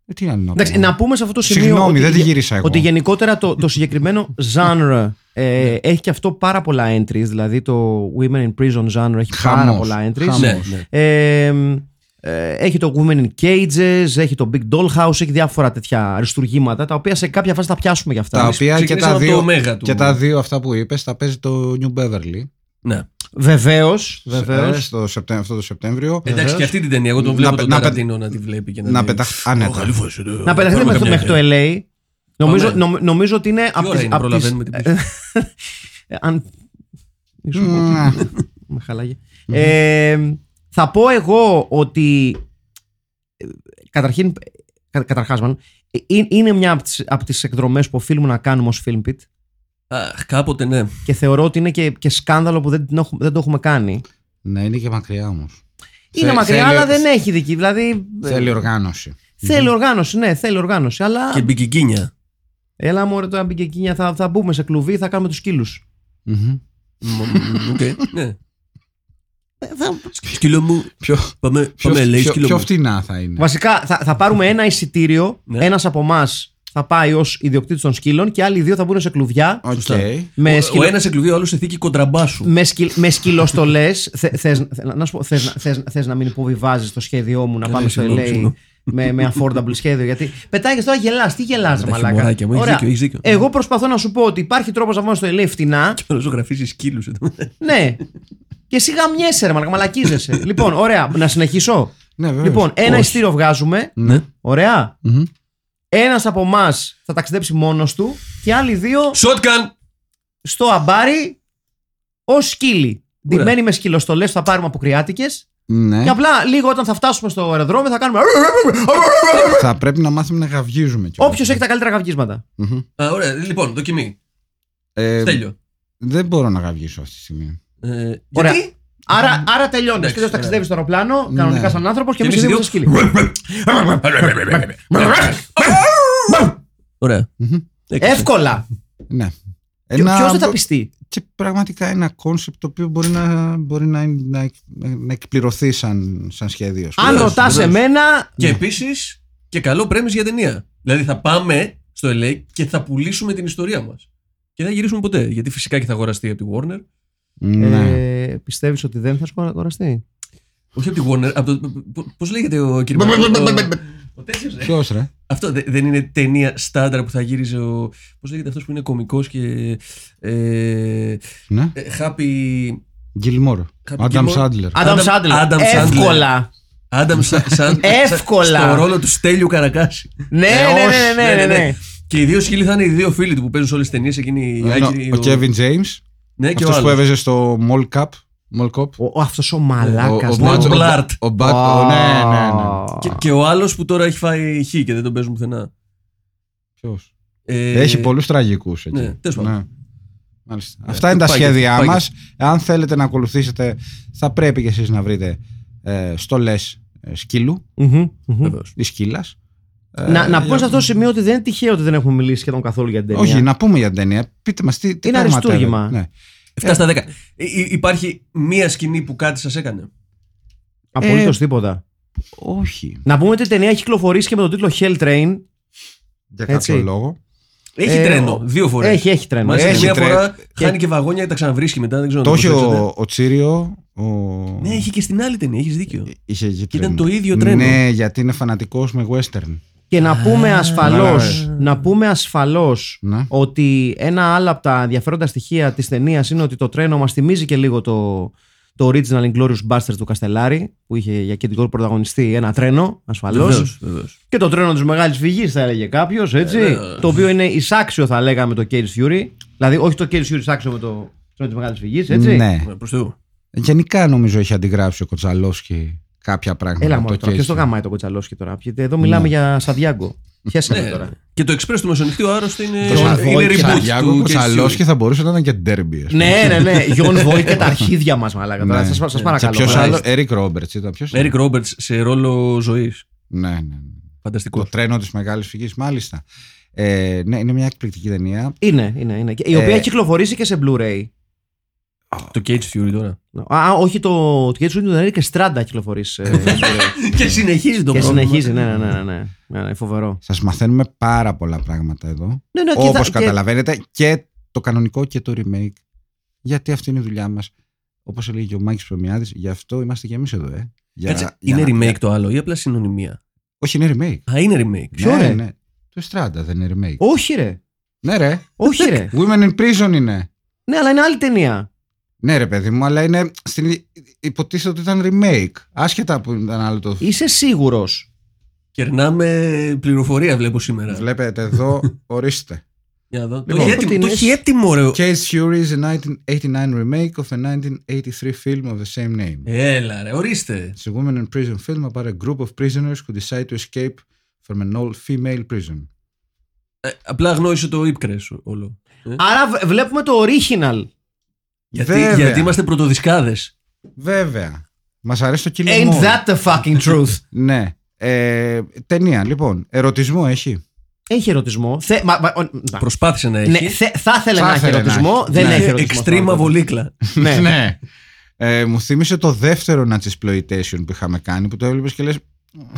Speaker 4: Ε, τι άλλο να
Speaker 5: Εντάξει,
Speaker 4: πω.
Speaker 5: να πούμε σε αυτό το σημείο.
Speaker 4: Συγγνώμη,
Speaker 5: ότι
Speaker 4: δεν τη
Speaker 5: γε-
Speaker 4: γύρισα εγώ.
Speaker 5: Ότι γενικότερα το, το συγκεκριμένο genre ε, έχει και αυτό πάρα πολλά entries. Δηλαδή το Women in Prison genre έχει πάρα
Speaker 4: Χαμός,
Speaker 5: πολλά entries.
Speaker 4: χαμός.
Speaker 3: Ναι, ναι.
Speaker 5: Ε, Ε, έχει το Women in Cages, έχει το Big Dollhouse, έχει διάφορα τέτοια αριστούργήματα τα οποία σε κάποια φάση θα πιάσουμε για αυτά.
Speaker 4: Τα οποία και
Speaker 3: ξεκινήσαμε
Speaker 4: τα,
Speaker 3: από το
Speaker 4: δύο,
Speaker 3: Omega του.
Speaker 4: και τα δύο αυτά που είπες τα παίζει το New Beverly.
Speaker 3: Ναι.
Speaker 5: Βεβαίως,
Speaker 4: Ε,
Speaker 5: βεβαίως.
Speaker 4: στο Σεπτέμβριο, αυτό το Σεπτέμβριο. Ε,
Speaker 3: Εντάξει,
Speaker 5: Βεβαίως.
Speaker 3: και αυτή την ταινία. Εγώ τον
Speaker 4: Να
Speaker 3: βλέπω
Speaker 4: πε-
Speaker 3: τον
Speaker 4: να πε-
Speaker 3: Ταραντίνο να τη βλέπει και να,
Speaker 4: να
Speaker 3: λέει,
Speaker 4: πεταχ- ναι, άνετα.
Speaker 3: «Ω, γαλήφος, ε,
Speaker 5: Να περαστείτε
Speaker 3: πάμε
Speaker 5: μέχρι, το-
Speaker 3: καμιά
Speaker 5: μέχρι το
Speaker 3: ιδέα».
Speaker 5: LA. Νομίζω,
Speaker 3: Πάμε.
Speaker 5: νομ- νομίζω ότι είναι
Speaker 3: Τι
Speaker 5: από
Speaker 3: ώρα
Speaker 5: τις...
Speaker 3: είναι,
Speaker 5: απ' τις-
Speaker 3: προλαβαίνουμε την πίστη.
Speaker 5: Ε, αν... Ίσως πω.
Speaker 4: Μμμ.
Speaker 5: Με χαλάγε. Ε, θα πω εγώ ότι ε, καταρχήν, κα, καταρχάς μάλλον, ε, είναι- είναι μια από τις, από τις εκδρομές που οφείλουμε να κάνουμε ως Filmpit
Speaker 3: Αχ, κάποτε ναι.
Speaker 5: και θεωρώ ότι είναι και, και σκάνδαλο που δεν, την έχουμε- δεν το έχουμε κάνει.
Speaker 4: Ναι, είναι και μακριά όμως.
Speaker 5: Είναι μακριά, αλλά δεν έχει δική. Δηλαδή, ε,
Speaker 4: Θέλει οργάνωση.
Speaker 5: θέλει οργάνωση, ναι, θέλει οργάνωση. Αλλά
Speaker 3: Και μπικικίνια.
Speaker 5: έλα μωρέ τώρα μπήκε εκείνη, θα, θα μπούμε σε κλουβί, θα κάνουμε τους σκύλους.
Speaker 4: Μμμ.
Speaker 3: Οκ, ναι. Σκύλο μου,
Speaker 4: Πιο,
Speaker 3: πάμε,
Speaker 4: πιο,
Speaker 3: πάμε λέει
Speaker 4: πιο,
Speaker 3: σκύλο
Speaker 4: πιο
Speaker 3: μου.
Speaker 4: φτηνά θα είναι.
Speaker 5: Βασικά θα, θα πάρουμε ένα εισιτήριο,
Speaker 3: Ναι.
Speaker 5: ένας από εμάς θα πάει ως ιδιοκτήτης των σκύλων και άλλοι δύο θα μπουν σε κλουβιά
Speaker 4: Οκ.
Speaker 3: σωστά.
Speaker 5: με,
Speaker 3: Ο- Ο
Speaker 5: σκυλο...
Speaker 3: ένας σε κλουβί, ο άλλος σε θήκη κοντραμπάσου.
Speaker 5: με, σκυλ... με σκυλοστολές. Θε να, σου πω, θες να- θες- θες να μην υποβιβάζεις το σχέδιό μου να
Speaker 3: Ναι,
Speaker 5: πάμε στο
Speaker 3: συγγνώμη,
Speaker 5: LA
Speaker 3: συγγνώμη.
Speaker 5: με, με affordable σχέδιο. Γιατί πετάγεις τώρα, γελάς. Τι γελάς,
Speaker 3: Τα
Speaker 5: μαλάκα.
Speaker 3: χιουμοράκια μου, έχεις
Speaker 5: Ωραία.
Speaker 3: δίκιο, έχεις δίκιο.
Speaker 5: Εγώ προσπαθώ να σου πω ότι υπάρχει τρόπος να πάμε στο LA φτηνά.
Speaker 3: Θέλω να ζωγραφίσει σκύλου.
Speaker 5: ναι. Και εσύ γαμιέσαι, ρε μαλάκα, μαλακίζεσαι. λοιπόν, ωραία, να συνεχίσω.
Speaker 4: Ναι, βέβαια.
Speaker 5: λοιπόν, ένα
Speaker 4: Όχι.
Speaker 5: ειστήριο βγάζουμε.
Speaker 3: Ναι.
Speaker 5: Ωραία.
Speaker 4: Μμμ.
Speaker 5: Ένας από εμάς θα ταξιδέψει μόνος του και άλλοι δύο
Speaker 3: Shotgun!
Speaker 5: στο αμπάρι ως σκύλι.
Speaker 3: Ωραία.
Speaker 5: Ντυμένοι με σκυλοστολές που θα πάρουμε από κρυάτικε.
Speaker 4: Ναι.
Speaker 5: Και απλά λίγο όταν θα φτάσουμε στο αεροδρόμιο θα κάνουμε.
Speaker 4: Θα πρέπει να μάθουμε να γαυγίζουμε κιόλας.
Speaker 5: Όποιο έχει τα καλύτερα γαυγίσματα.
Speaker 4: Μμμ.
Speaker 3: Α, Ωραία, λοιπόν, δοκιμή.
Speaker 4: Ε,
Speaker 3: Στέλιο.
Speaker 4: Δεν μπορώ να γαυγίσω αυτή τη στιγμή.
Speaker 3: Ε,
Speaker 5: Ωραία.
Speaker 3: Γιατί?
Speaker 5: Άρα, άρα τελειώνεις.
Speaker 3: Εντάξει,
Speaker 5: Και ταξιδεύει στο αεροπλάνο,
Speaker 4: Ναι.
Speaker 5: κανονικά σαν άνθρωπος και
Speaker 3: Και
Speaker 5: εμεί
Speaker 3: εμείς οι
Speaker 5: δύο
Speaker 3: δύο-
Speaker 5: στο σκύλι.
Speaker 3: Ωραία.
Speaker 4: Μμμ.
Speaker 3: Έκλεισε.
Speaker 5: Εύκολα.
Speaker 4: Ναι.
Speaker 5: Ποιος δεν θα πιστεί.
Speaker 4: και πραγματικά ένα κόνσεπτ το οποίο μπορεί να, μπορεί να, να, να εκπληρωθεί σαν, σαν σχέδιο. ας πούμε.
Speaker 5: Αν
Speaker 3: Βεβαίως,
Speaker 5: ρωτάς
Speaker 3: βεβαίως.
Speaker 5: εμένα.
Speaker 3: Και επίσης και καλό πρέμι για ταινία. Δηλαδή θα πάμε στο LA και θα πουλήσουμε την ιστορία μας. Και δεν θα γυρίσουμε ποτέ. Γιατί φυσικά και θα αγοραστεί από τη Warner.
Speaker 4: Ναι.
Speaker 5: Πιστεύει ε, ότι δεν θα σου αγοραστεί.
Speaker 3: Όχι από τη Warner. Από το... Πώς λέγεται ο κύριος. Ο τέτοιος, ε.
Speaker 4: Ποιο ρε.
Speaker 3: Αυτό δε- δεν είναι ταινία στάνταρ που θα γύριζε ο. Πώ λέγεται αυτό που είναι κωμικό και. Ε,
Speaker 4: Ναι.
Speaker 3: ε, happy.
Speaker 4: Γκυλμόρ.
Speaker 3: Happy
Speaker 4: Άνταμ
Speaker 3: Gilmore.
Speaker 4: Σάντλερ.
Speaker 5: Adam
Speaker 3: Adam-
Speaker 5: Sandler.
Speaker 3: Adam Sandler.
Speaker 5: Εύκολα.
Speaker 3: Άνταμ Σαν. σαν-
Speaker 5: Εύκολα.
Speaker 3: Στο ρόλο του Στέλιου Καρακάση.
Speaker 5: Ναι,
Speaker 3: Ε,
Speaker 5: ναι,
Speaker 3: όχι,
Speaker 5: ναι, ναι, ναι, ναι.
Speaker 3: Και οι δύο σκύλοι θα είναι οι δύο φίλοι του που παίζουν σε όλε τι ταινίε. Εκείνη η
Speaker 4: Ενώ
Speaker 3: άκυρη,
Speaker 4: Ναι, Ο Κέβιν Τζέιμ.
Speaker 3: Ναι, και ο
Speaker 4: Αυτό που
Speaker 3: άλλος.
Speaker 4: έβαιζε στο Mall Cup. Mall Cop.
Speaker 5: Ο- ο- Αυτός ο ναι. μαλάκα.
Speaker 4: Ο- ο
Speaker 3: Μπατ-
Speaker 4: Μπατ-
Speaker 3: ο Μπλαρτ.
Speaker 4: Ο Μπατ. Ναι, ναι, ναι.
Speaker 3: Και, και ο άλλος που τώρα έχει φάει χ και δεν τον παίζουν πουθενά.
Speaker 4: Ποιος.
Speaker 3: Ε,
Speaker 4: Έχει πολλούς τραγικούς εκεί.
Speaker 3: ναι, τέλος πάντων. Ναι,
Speaker 4: Ναι. Μάλιστα. Αυτά είναι τα
Speaker 3: πάει και-
Speaker 4: σχέδιά
Speaker 3: πάει
Speaker 4: μας. Αν θέλετε να ακολουθήσετε, θα πρέπει κι εσείς να βρείτε ε, στολέ σκύλου
Speaker 5: Μμμ, μμμ.
Speaker 3: Βεβαίως.
Speaker 4: ή σκύλας.
Speaker 5: Να, να πω σε αυτό το σημείο ότι δεν είναι τυχαίο ότι δεν έχουμε μιλήσει σχεδόν καθόλου για την ταινία.
Speaker 4: Όχι, να πούμε για την ταινία. Πείτε μας τι, τι
Speaker 5: Είναι
Speaker 4: πραγματεύεται.
Speaker 5: αριστούργημα.
Speaker 4: Ναι.
Speaker 3: 7 στα 10. Υ- υ- υπάρχει μία σκηνή που κάτι σας έκανε.
Speaker 5: Απολύτως
Speaker 4: Ε,
Speaker 5: τίποτα.
Speaker 4: Όχι.
Speaker 5: Να πούμε ότι η ταινία έχει κυκλοφορήσει και με τον τίτλο Hell Train.
Speaker 4: Για
Speaker 5: Έτσι.
Speaker 4: κάποιο λόγο.
Speaker 3: Έχει
Speaker 5: Ε,
Speaker 3: τρένο
Speaker 5: ο-
Speaker 3: δύο φορές.
Speaker 5: Έχει, έχει τρένο.
Speaker 3: Μάλιστα,
Speaker 5: Έχει.
Speaker 3: μία
Speaker 4: τρέ-
Speaker 3: φορά χάνει και βαγόνια και τα ξαναβρίσκει μετά. Δεν ξέρω
Speaker 4: Το
Speaker 3: αν
Speaker 4: είχε
Speaker 3: προσέξατε.
Speaker 4: ο, ο Τσίριο. Ο...
Speaker 3: Ναι, είχε και στην άλλη ταινία, έχεις δίκιο.
Speaker 4: Είχε και
Speaker 3: Και ήταν
Speaker 4: τρένο.
Speaker 3: το ίδιο τρένο.
Speaker 4: Ναι, γιατί είναι φανατικός με western.
Speaker 5: Και να πούμε
Speaker 3: Α,
Speaker 5: ασφαλώς.
Speaker 4: ναι,
Speaker 5: Να πούμε ασφαλώς
Speaker 4: Ναι.
Speaker 5: ότι ένα άλλο από τα ενδιαφέροντα στοιχεία της ταινίας είναι ότι το τρένο μας θυμίζει και λίγο το, το original Inglourious Basterds του Καστελάρη, που είχε για κεντρικό πρωταγωνιστή ένα τρένο, ασφαλώς.
Speaker 3: Βεβαίως, βεβαίως.
Speaker 5: Και το τρένο της μεγάλης φυγής, θα έλεγε κάποιος, έτσι.
Speaker 3: Ε, ναι.
Speaker 5: το οποίο είναι εισάξιο, θα λέγαμε, το Cage Fury. Δηλαδή, όχι το Cage Fury εισάξιο με το τρένο της μεγάλης φυγής, έτσι.
Speaker 4: Ναι.
Speaker 3: Ε, Προς Θεού.
Speaker 4: Γενικά νομίζω έχει αντιγράψει ο Κοτσαλόσκι κάποια πράγματα.
Speaker 5: Έλα
Speaker 4: από
Speaker 5: μόνο τώρα.
Speaker 4: Cage
Speaker 5: Ποιος το
Speaker 4: Free.
Speaker 5: γαμάει το κοτσαλόσκι τώρα. Γιατί εδώ μιλάμε
Speaker 4: Ναι.
Speaker 5: για Σαντιάγκο. Χέσαμε
Speaker 3: Ναι.
Speaker 5: τώρα.
Speaker 3: Και το εξπρές του μεσονυχτίου άρρωστη είναι,
Speaker 4: Το Σαν-
Speaker 3: Ε, είναι
Speaker 4: ο
Speaker 3: reboot
Speaker 4: Σαντιάγκο
Speaker 3: του
Speaker 4: Κοτσαλόσκι θα μπορούσε να ήταν και ντέρμπι.
Speaker 5: ναι, ναι, ναι. Γιον Βόη και τα αρχίδια μας, μαλάκα. Τώρα ε, σα σας παρακαλώ.
Speaker 4: Ποιος
Speaker 5: Christ.
Speaker 4: άλλο. Έρικ Ρόμπερτ ήταν. Ποιο.
Speaker 3: Έρικ Ρόμπερτ σε ρόλο ζωής.
Speaker 4: Ναι, ναι. ναι. Το
Speaker 3: Φανταστικό.
Speaker 4: τρένο της μεγάλης φυγής, μάλιστα. Ε, ναι, είναι μια εκπληκτική ταινία.
Speaker 5: Είναι, είναι, είναι. Και- Η
Speaker 4: Ε,
Speaker 5: οποία έχει κυκλοφορήσει και σε Blu-ray.
Speaker 3: Το Cage Fury τώρα.
Speaker 5: Α, όχι, το Cage Fury του Ντανέλη και Στράντα έχει κυκλοφορήσει. ε, σε Blu-ray.
Speaker 3: και συνεχίζει το
Speaker 5: Και
Speaker 3: πρόβλημα.
Speaker 5: συνεχίζει, ναι, ναι, ναι, ναι, ναι, ναι, ναι, φοβερό.
Speaker 4: Σας μαθαίνουμε πάρα πολλά πράγματα εδώ.
Speaker 5: Ναι, ναι, και
Speaker 4: Όπως
Speaker 5: θα- και-
Speaker 4: καταλαβαίνετε και το κανονικό και το remake. Γιατί αυτή είναι η δουλειά μας. Όπως έλεγε και ο Μάκης Προμιάδη, γι' αυτό είμαστε κι εμείς εδώ, ε. Για,
Speaker 3: Κάτσε,
Speaker 4: για
Speaker 3: είναι
Speaker 4: να-
Speaker 3: remake
Speaker 4: για-
Speaker 3: το άλλο ή απλά συνωνυμία.
Speaker 4: Όχι, είναι remake.
Speaker 3: Α, είναι remake.
Speaker 5: Ποιο,
Speaker 4: ναι,
Speaker 5: ρε?
Speaker 4: ναι. Το Στράντα δεν είναι remake.
Speaker 5: Όχι, ρε.
Speaker 4: Ναι, ρε.
Speaker 5: Όχι, ρε.
Speaker 4: Women in Prison είναι.
Speaker 5: ναι, αλλά είναι άλλη ταινία.
Speaker 4: Ναι, ρε παιδί μου, αλλά είναι. Στην... ίδια- Υποτίθεται ότι ήταν remake. Άσχετα που ήταν άλλο το.
Speaker 5: Είσαι σίγουρος.
Speaker 3: Κερνάμε πληροφορία, βλέπω σήμερα.
Speaker 4: Βλέπετε εδώ, ορίστε.
Speaker 3: Για να δω.
Speaker 4: Λοιπόν,
Speaker 3: το, έχει έτοιμο, το
Speaker 5: προτείνεις.
Speaker 3: έχει έτοιμο, ρε.
Speaker 4: Case Fury is a 1989 remake of a 1983 film of the same name.
Speaker 3: Ε. Έλα, ρε, ορίστε.
Speaker 4: It's a woman in prison film about a group of prisoners who decide to escape from an old female prison.
Speaker 3: Ε, απλά γνώρισε το ύπκρες όλο.
Speaker 5: Άρα β- βλέπουμε το original.
Speaker 3: Γιατί,
Speaker 4: Βέβαια.
Speaker 3: γιατί είμαστε πρωτοδισκάδε.
Speaker 4: Βέβαια. Μας αρέσει το κίνημα.
Speaker 5: Ain't that the fucking truth.
Speaker 4: Ναι. Ε, ταινία, λοιπόν. Ερωτισμό έχει.
Speaker 5: Έχει ερωτισμό. Θε, μα, μα, ο- μα.
Speaker 3: Προσπάθησε να έχει.
Speaker 5: Ναι, θε- θα ήθελε
Speaker 4: Θα
Speaker 5: να έχει
Speaker 4: ήθελε να
Speaker 5: ερωτισμό.
Speaker 4: έχει.
Speaker 5: Δεν
Speaker 4: Ναι.
Speaker 5: έχει
Speaker 3: Είχε
Speaker 5: ερωτισμό.
Speaker 3: Extreme βολίκλα.
Speaker 5: Ναι.
Speaker 4: Ε, μου θύμισε το δεύτερο Nazisploitation που είχαμε κάνει που το έβλεπες και λες.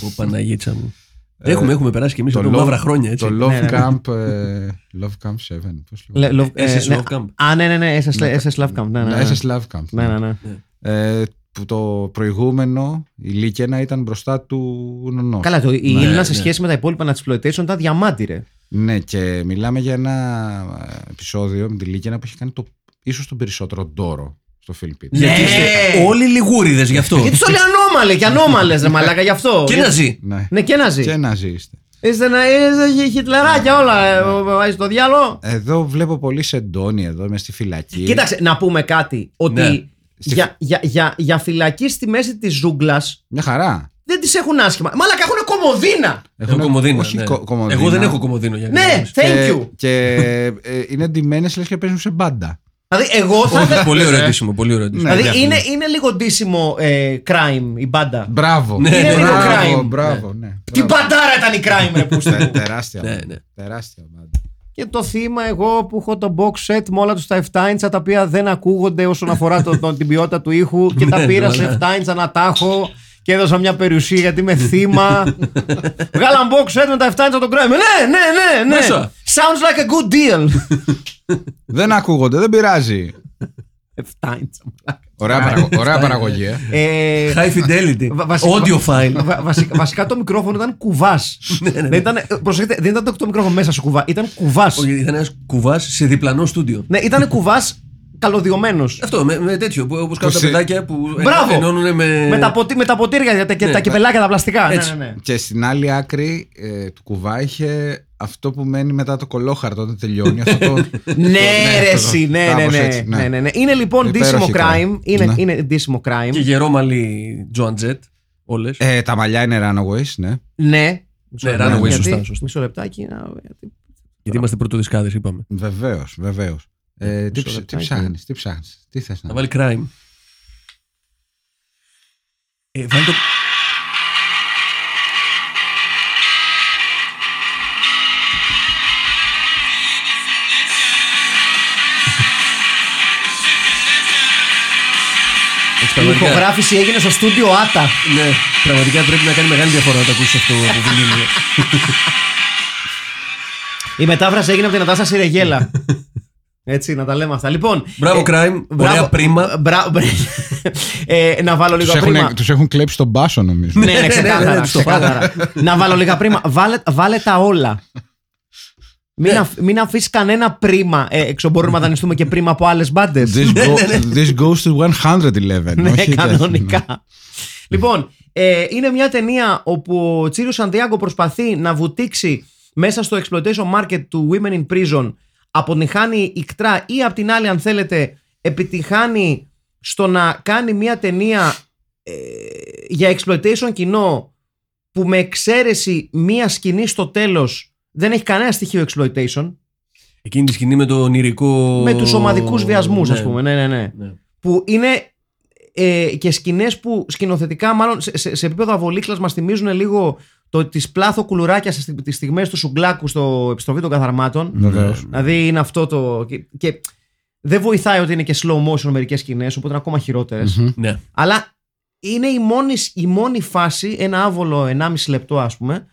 Speaker 3: Ω Παναγίτσα μου. έχουμε, έχουμε περάσει κι εμεί εδώ μαύρα χρόνια έτσι.
Speaker 4: Ε, Το
Speaker 5: Ναι, ναι.
Speaker 4: Love Camp. ε, Love Camp 7. Πώς λέγεται.
Speaker 5: Λε- λο- ε,
Speaker 3: SS
Speaker 5: ναι.
Speaker 3: Love Camp.
Speaker 5: Α, ναι, ναι, ναι. SS λε- SS Love Camp. Ναι, ναι, ναι.
Speaker 4: SS Love Camp.
Speaker 5: Ναι, ναι, ναι.
Speaker 4: Ε, που το προηγούμενο, η Λίκαινα ήταν μπροστά του Νονός.
Speaker 5: Καλά, το, η
Speaker 3: Ναι,
Speaker 5: Έλληνα σε
Speaker 3: ναι.
Speaker 5: σχέση με τα υπόλοιπα να exploitation ήταν διαμάντη, ρε.
Speaker 4: Ναι, και μιλάμε για ένα ε, επεισόδιο με τη Λίκαινα που έχει κάνει το, ίσως τον περισσότερο ντόρο στο Φιλιππίν.
Speaker 3: Γιατί
Speaker 5: Ναι.
Speaker 3: είστε όλοι λιγούριδες γι' αυτό.
Speaker 5: Γιατί του όλοι ανώμαλε και ανώμαλες, ρε μαλάκα, γι' αυτό.
Speaker 3: και να ζει.
Speaker 4: Ναι.
Speaker 5: Ναι, και να ζει.
Speaker 4: Και να ζήσετε.
Speaker 5: Είστε να είσαι χιτλεράκια όλα, ε, ο- βάζεις το διάλογο.
Speaker 4: Εδώ βλέπω πολύ σεντόνι εδώ, είμαι στη φυλακή.
Speaker 5: Κοίταξε, να πούμε κάτι. Ότι
Speaker 3: Ναι.
Speaker 5: για, για, για, για φυλακή στη μέση της ζούγκλας
Speaker 4: Μια χαρά.
Speaker 5: δεν τις έχουν άσχημα. Μαλάκα έχουν κομμωδίνα.
Speaker 3: Έχω κομμωδίνο.
Speaker 4: Όχι
Speaker 3: ναι.
Speaker 4: κο- κομμωδίνα.
Speaker 3: Εγώ δεν έχω κομμωδίνο. για να
Speaker 5: Ναι,
Speaker 3: καταλάβεις.
Speaker 5: thank
Speaker 4: Και,
Speaker 5: you.
Speaker 4: και ε, είναι ντυμένες λες και παίζουν σε μπάντα.
Speaker 5: Δηλαδή, εγώ θα ήθελα.
Speaker 3: Πολύ ωραίο ντύσιμο, πολύ ωραίο ντύσιμο.
Speaker 4: Ναι,
Speaker 5: δηλαδή,
Speaker 4: διάφορα.
Speaker 5: είναι, είναι λίγο ντύσιμο ε, crime η μπάντα.
Speaker 4: Μπράβο.
Speaker 3: Ναι, Είναι ναι, λίγο
Speaker 4: μπράβο,
Speaker 5: crime.
Speaker 4: μπράβο, ναι.
Speaker 5: Τι
Speaker 4: Μπράβο.
Speaker 5: μπαντάρα ήταν η crime, ρε πούστη
Speaker 4: Τε-
Speaker 5: μου.
Speaker 4: Τεράστια
Speaker 3: Ναι,
Speaker 4: μπάντα.
Speaker 3: ναι.
Speaker 4: Τεράστια μπάντα.
Speaker 5: Και το θύμα, εγώ που έχω το box set με όλα τους τα 7 inch τα οποία δεν ακούγονται όσον αφορά το, το- την ποιότητα του ήχου και τα
Speaker 3: Ναι,
Speaker 5: πήρα
Speaker 3: ναι, ναι.
Speaker 5: σε 7 inch ανατάχω και έδωσα μια περιουσία γιατί είμαι θύμα. Βγάλαν box set με τα 7 inch από τον crime. Ναι, ναι, ναι, ναι.
Speaker 3: Μέσα.
Speaker 5: Sounds like a good deal.
Speaker 4: Δεν ακούγονται, δεν πειράζει.
Speaker 5: 7 inch.
Speaker 4: Ωραία, παραγω- ωραία παραγωγή. ε.
Speaker 5: Ε,
Speaker 3: High fidelity.
Speaker 5: Βα- βασικά-
Speaker 3: Audio file. Ναι,
Speaker 5: Βα- βασικά, βασικά το μικρόφωνο ήταν κουβάς. δεν ήταν, προσέξτε, δεν ήταν το, το μικρόφωνο μέσα σου κουβά, ήταν κουβάς.
Speaker 3: Όχι, Ήταν ένας κουβάς σε διπλανό στούντιο.
Speaker 5: ναι, ήταν κουβάς καλωδιωμένος.
Speaker 3: Αυτό, με, με τέτοιο, που, όπως κάνουν τα
Speaker 4: Που σε-
Speaker 3: παιδάκια που
Speaker 5: Μπράβο!
Speaker 3: ενώνουν με...
Speaker 5: με, τα ποτι- με τα ποτήρια και τα- και
Speaker 3: Ε, Ναι,
Speaker 5: τα
Speaker 3: ναι.
Speaker 5: κυπελάκια, τα πλαστικά. Ναι,
Speaker 3: Έτσι.
Speaker 5: ναι, ναι.
Speaker 4: Και στην άλλη άκρη ε, του κουβά είχε αυτό που μένει μετά το κολόχαρτο όταν τελειώνει. Αυτό το...
Speaker 5: Ναι, ρε,
Speaker 4: αυτό το-
Speaker 5: συ, ναι, ναι,
Speaker 4: κάπως
Speaker 5: ναι,
Speaker 4: έτσι,
Speaker 5: ναι, ναι, ναι. Είναι λοιπόν
Speaker 4: Υπέροχη
Speaker 5: ντύσιμο crime.
Speaker 4: crime.
Speaker 5: Είναι,
Speaker 4: Ναι.
Speaker 5: είναι ντύσιμο crime.
Speaker 3: Και γερό μαλλί Joan Jett, όλες.
Speaker 4: Ε, τα μαλλιά είναι runaways, ναι.
Speaker 5: Ναι. Μισό
Speaker 3: Ναι,
Speaker 5: λεπτάκι,
Speaker 3: Runaway,
Speaker 5: γιατί-
Speaker 3: σωστά, σωστά.
Speaker 5: Μισό λεπτάκι. να- γιατί-
Speaker 3: Γιατί είμαστε πρωτοδισκάδες είπαμε.
Speaker 4: Βεβαίως, βεβαίως. Ε, τι ψ-
Speaker 5: Μισό
Speaker 4: τι
Speaker 5: λεπτάκι.
Speaker 4: ψάχνεις, τι ψάχνεις, τι θες να.
Speaker 3: Να βάλει crime. Ε, βάλει το... Έτσι,
Speaker 5: Η
Speaker 3: πραγματικά-
Speaker 5: ηχογράφηση έγινε στο στούντιο Άτα.
Speaker 3: Ναι, πραγματικά πρέπει να κάνει μεγάλη διαφορά να το ακούσεις αυτό από βινίλιο.
Speaker 5: Η μετάφραση έγινε από την Αντάσταση Ρεγέλα. Έτσι, να τα λέμε αυτά. Λοιπόν.
Speaker 3: Μπράβο, crime. Ωραία πρίμα.
Speaker 5: μπρα- μπρα- ε, να βάλω
Speaker 4: Τους
Speaker 5: λίγα πρίμα.
Speaker 4: έχουν, τους έχουν κλέψει τον μπάσο νομίζω.
Speaker 5: ναι, ναι,
Speaker 3: Ναι, ναι,
Speaker 5: ξεκάθαρα.
Speaker 3: ναι, στο πάντα.
Speaker 5: ξεκάθαρα. να βάλω λίγα πρίμα. Βάλε, βάλε τα όλα.
Speaker 3: Ναι.
Speaker 5: Μην, αφ, μην αφήσεις κανένα πρίμα. Ε, έξω μπορούμε να δανειστούμε και πρίμα από άλλες μπάντες.
Speaker 4: This, go, this goes to 111.
Speaker 5: ναι,
Speaker 4: όχι τέτοιο.
Speaker 5: κανονικά. λοιπόν, ε, είναι μια ταινία όπου ο Τσίριο Σαντιάγκο προσπαθεί να βουτήξει μέσα στο exploitation market του Women in Prison. Αποτυχάνει ικτρά ή απ' την άλλη, αν θέλετε, επιτυχάνει στο να κάνει μια ταινία ε, για exploitation κοινό που με εξαίρεση μία σκηνή στο τέλος δεν έχει κανένα στοιχείο exploitation
Speaker 3: Εκείνη τη σκηνή με το ονειρικό.
Speaker 5: με τους ομαδικούς βιασμούς ας πούμε. Ναι, ναι, ναι
Speaker 3: ναι.
Speaker 5: που είναι ε, και σκηνές που σκηνοθετικά, μάλλον σε, σε, σε επίπεδο αβολίκλα, μας θυμίζουν λίγο το τη πλάθο κουλουράκια στις στιγμές του Σουγκλάκου στο επιστροφή των καθαρμάτων.
Speaker 4: Βεβαίως.
Speaker 5: Δηλαδή είναι αυτό το. Και, και δεν βοηθάει ότι είναι και slow motion μερικές σκηνές, οπότε είναι ακόμα χειρότερες.
Speaker 4: Μμμ.
Speaker 3: Ναι.
Speaker 5: Αλλά είναι η μόνη, η μόνη φάση, ένα άβολο 1,5 λεπτό ας πούμε,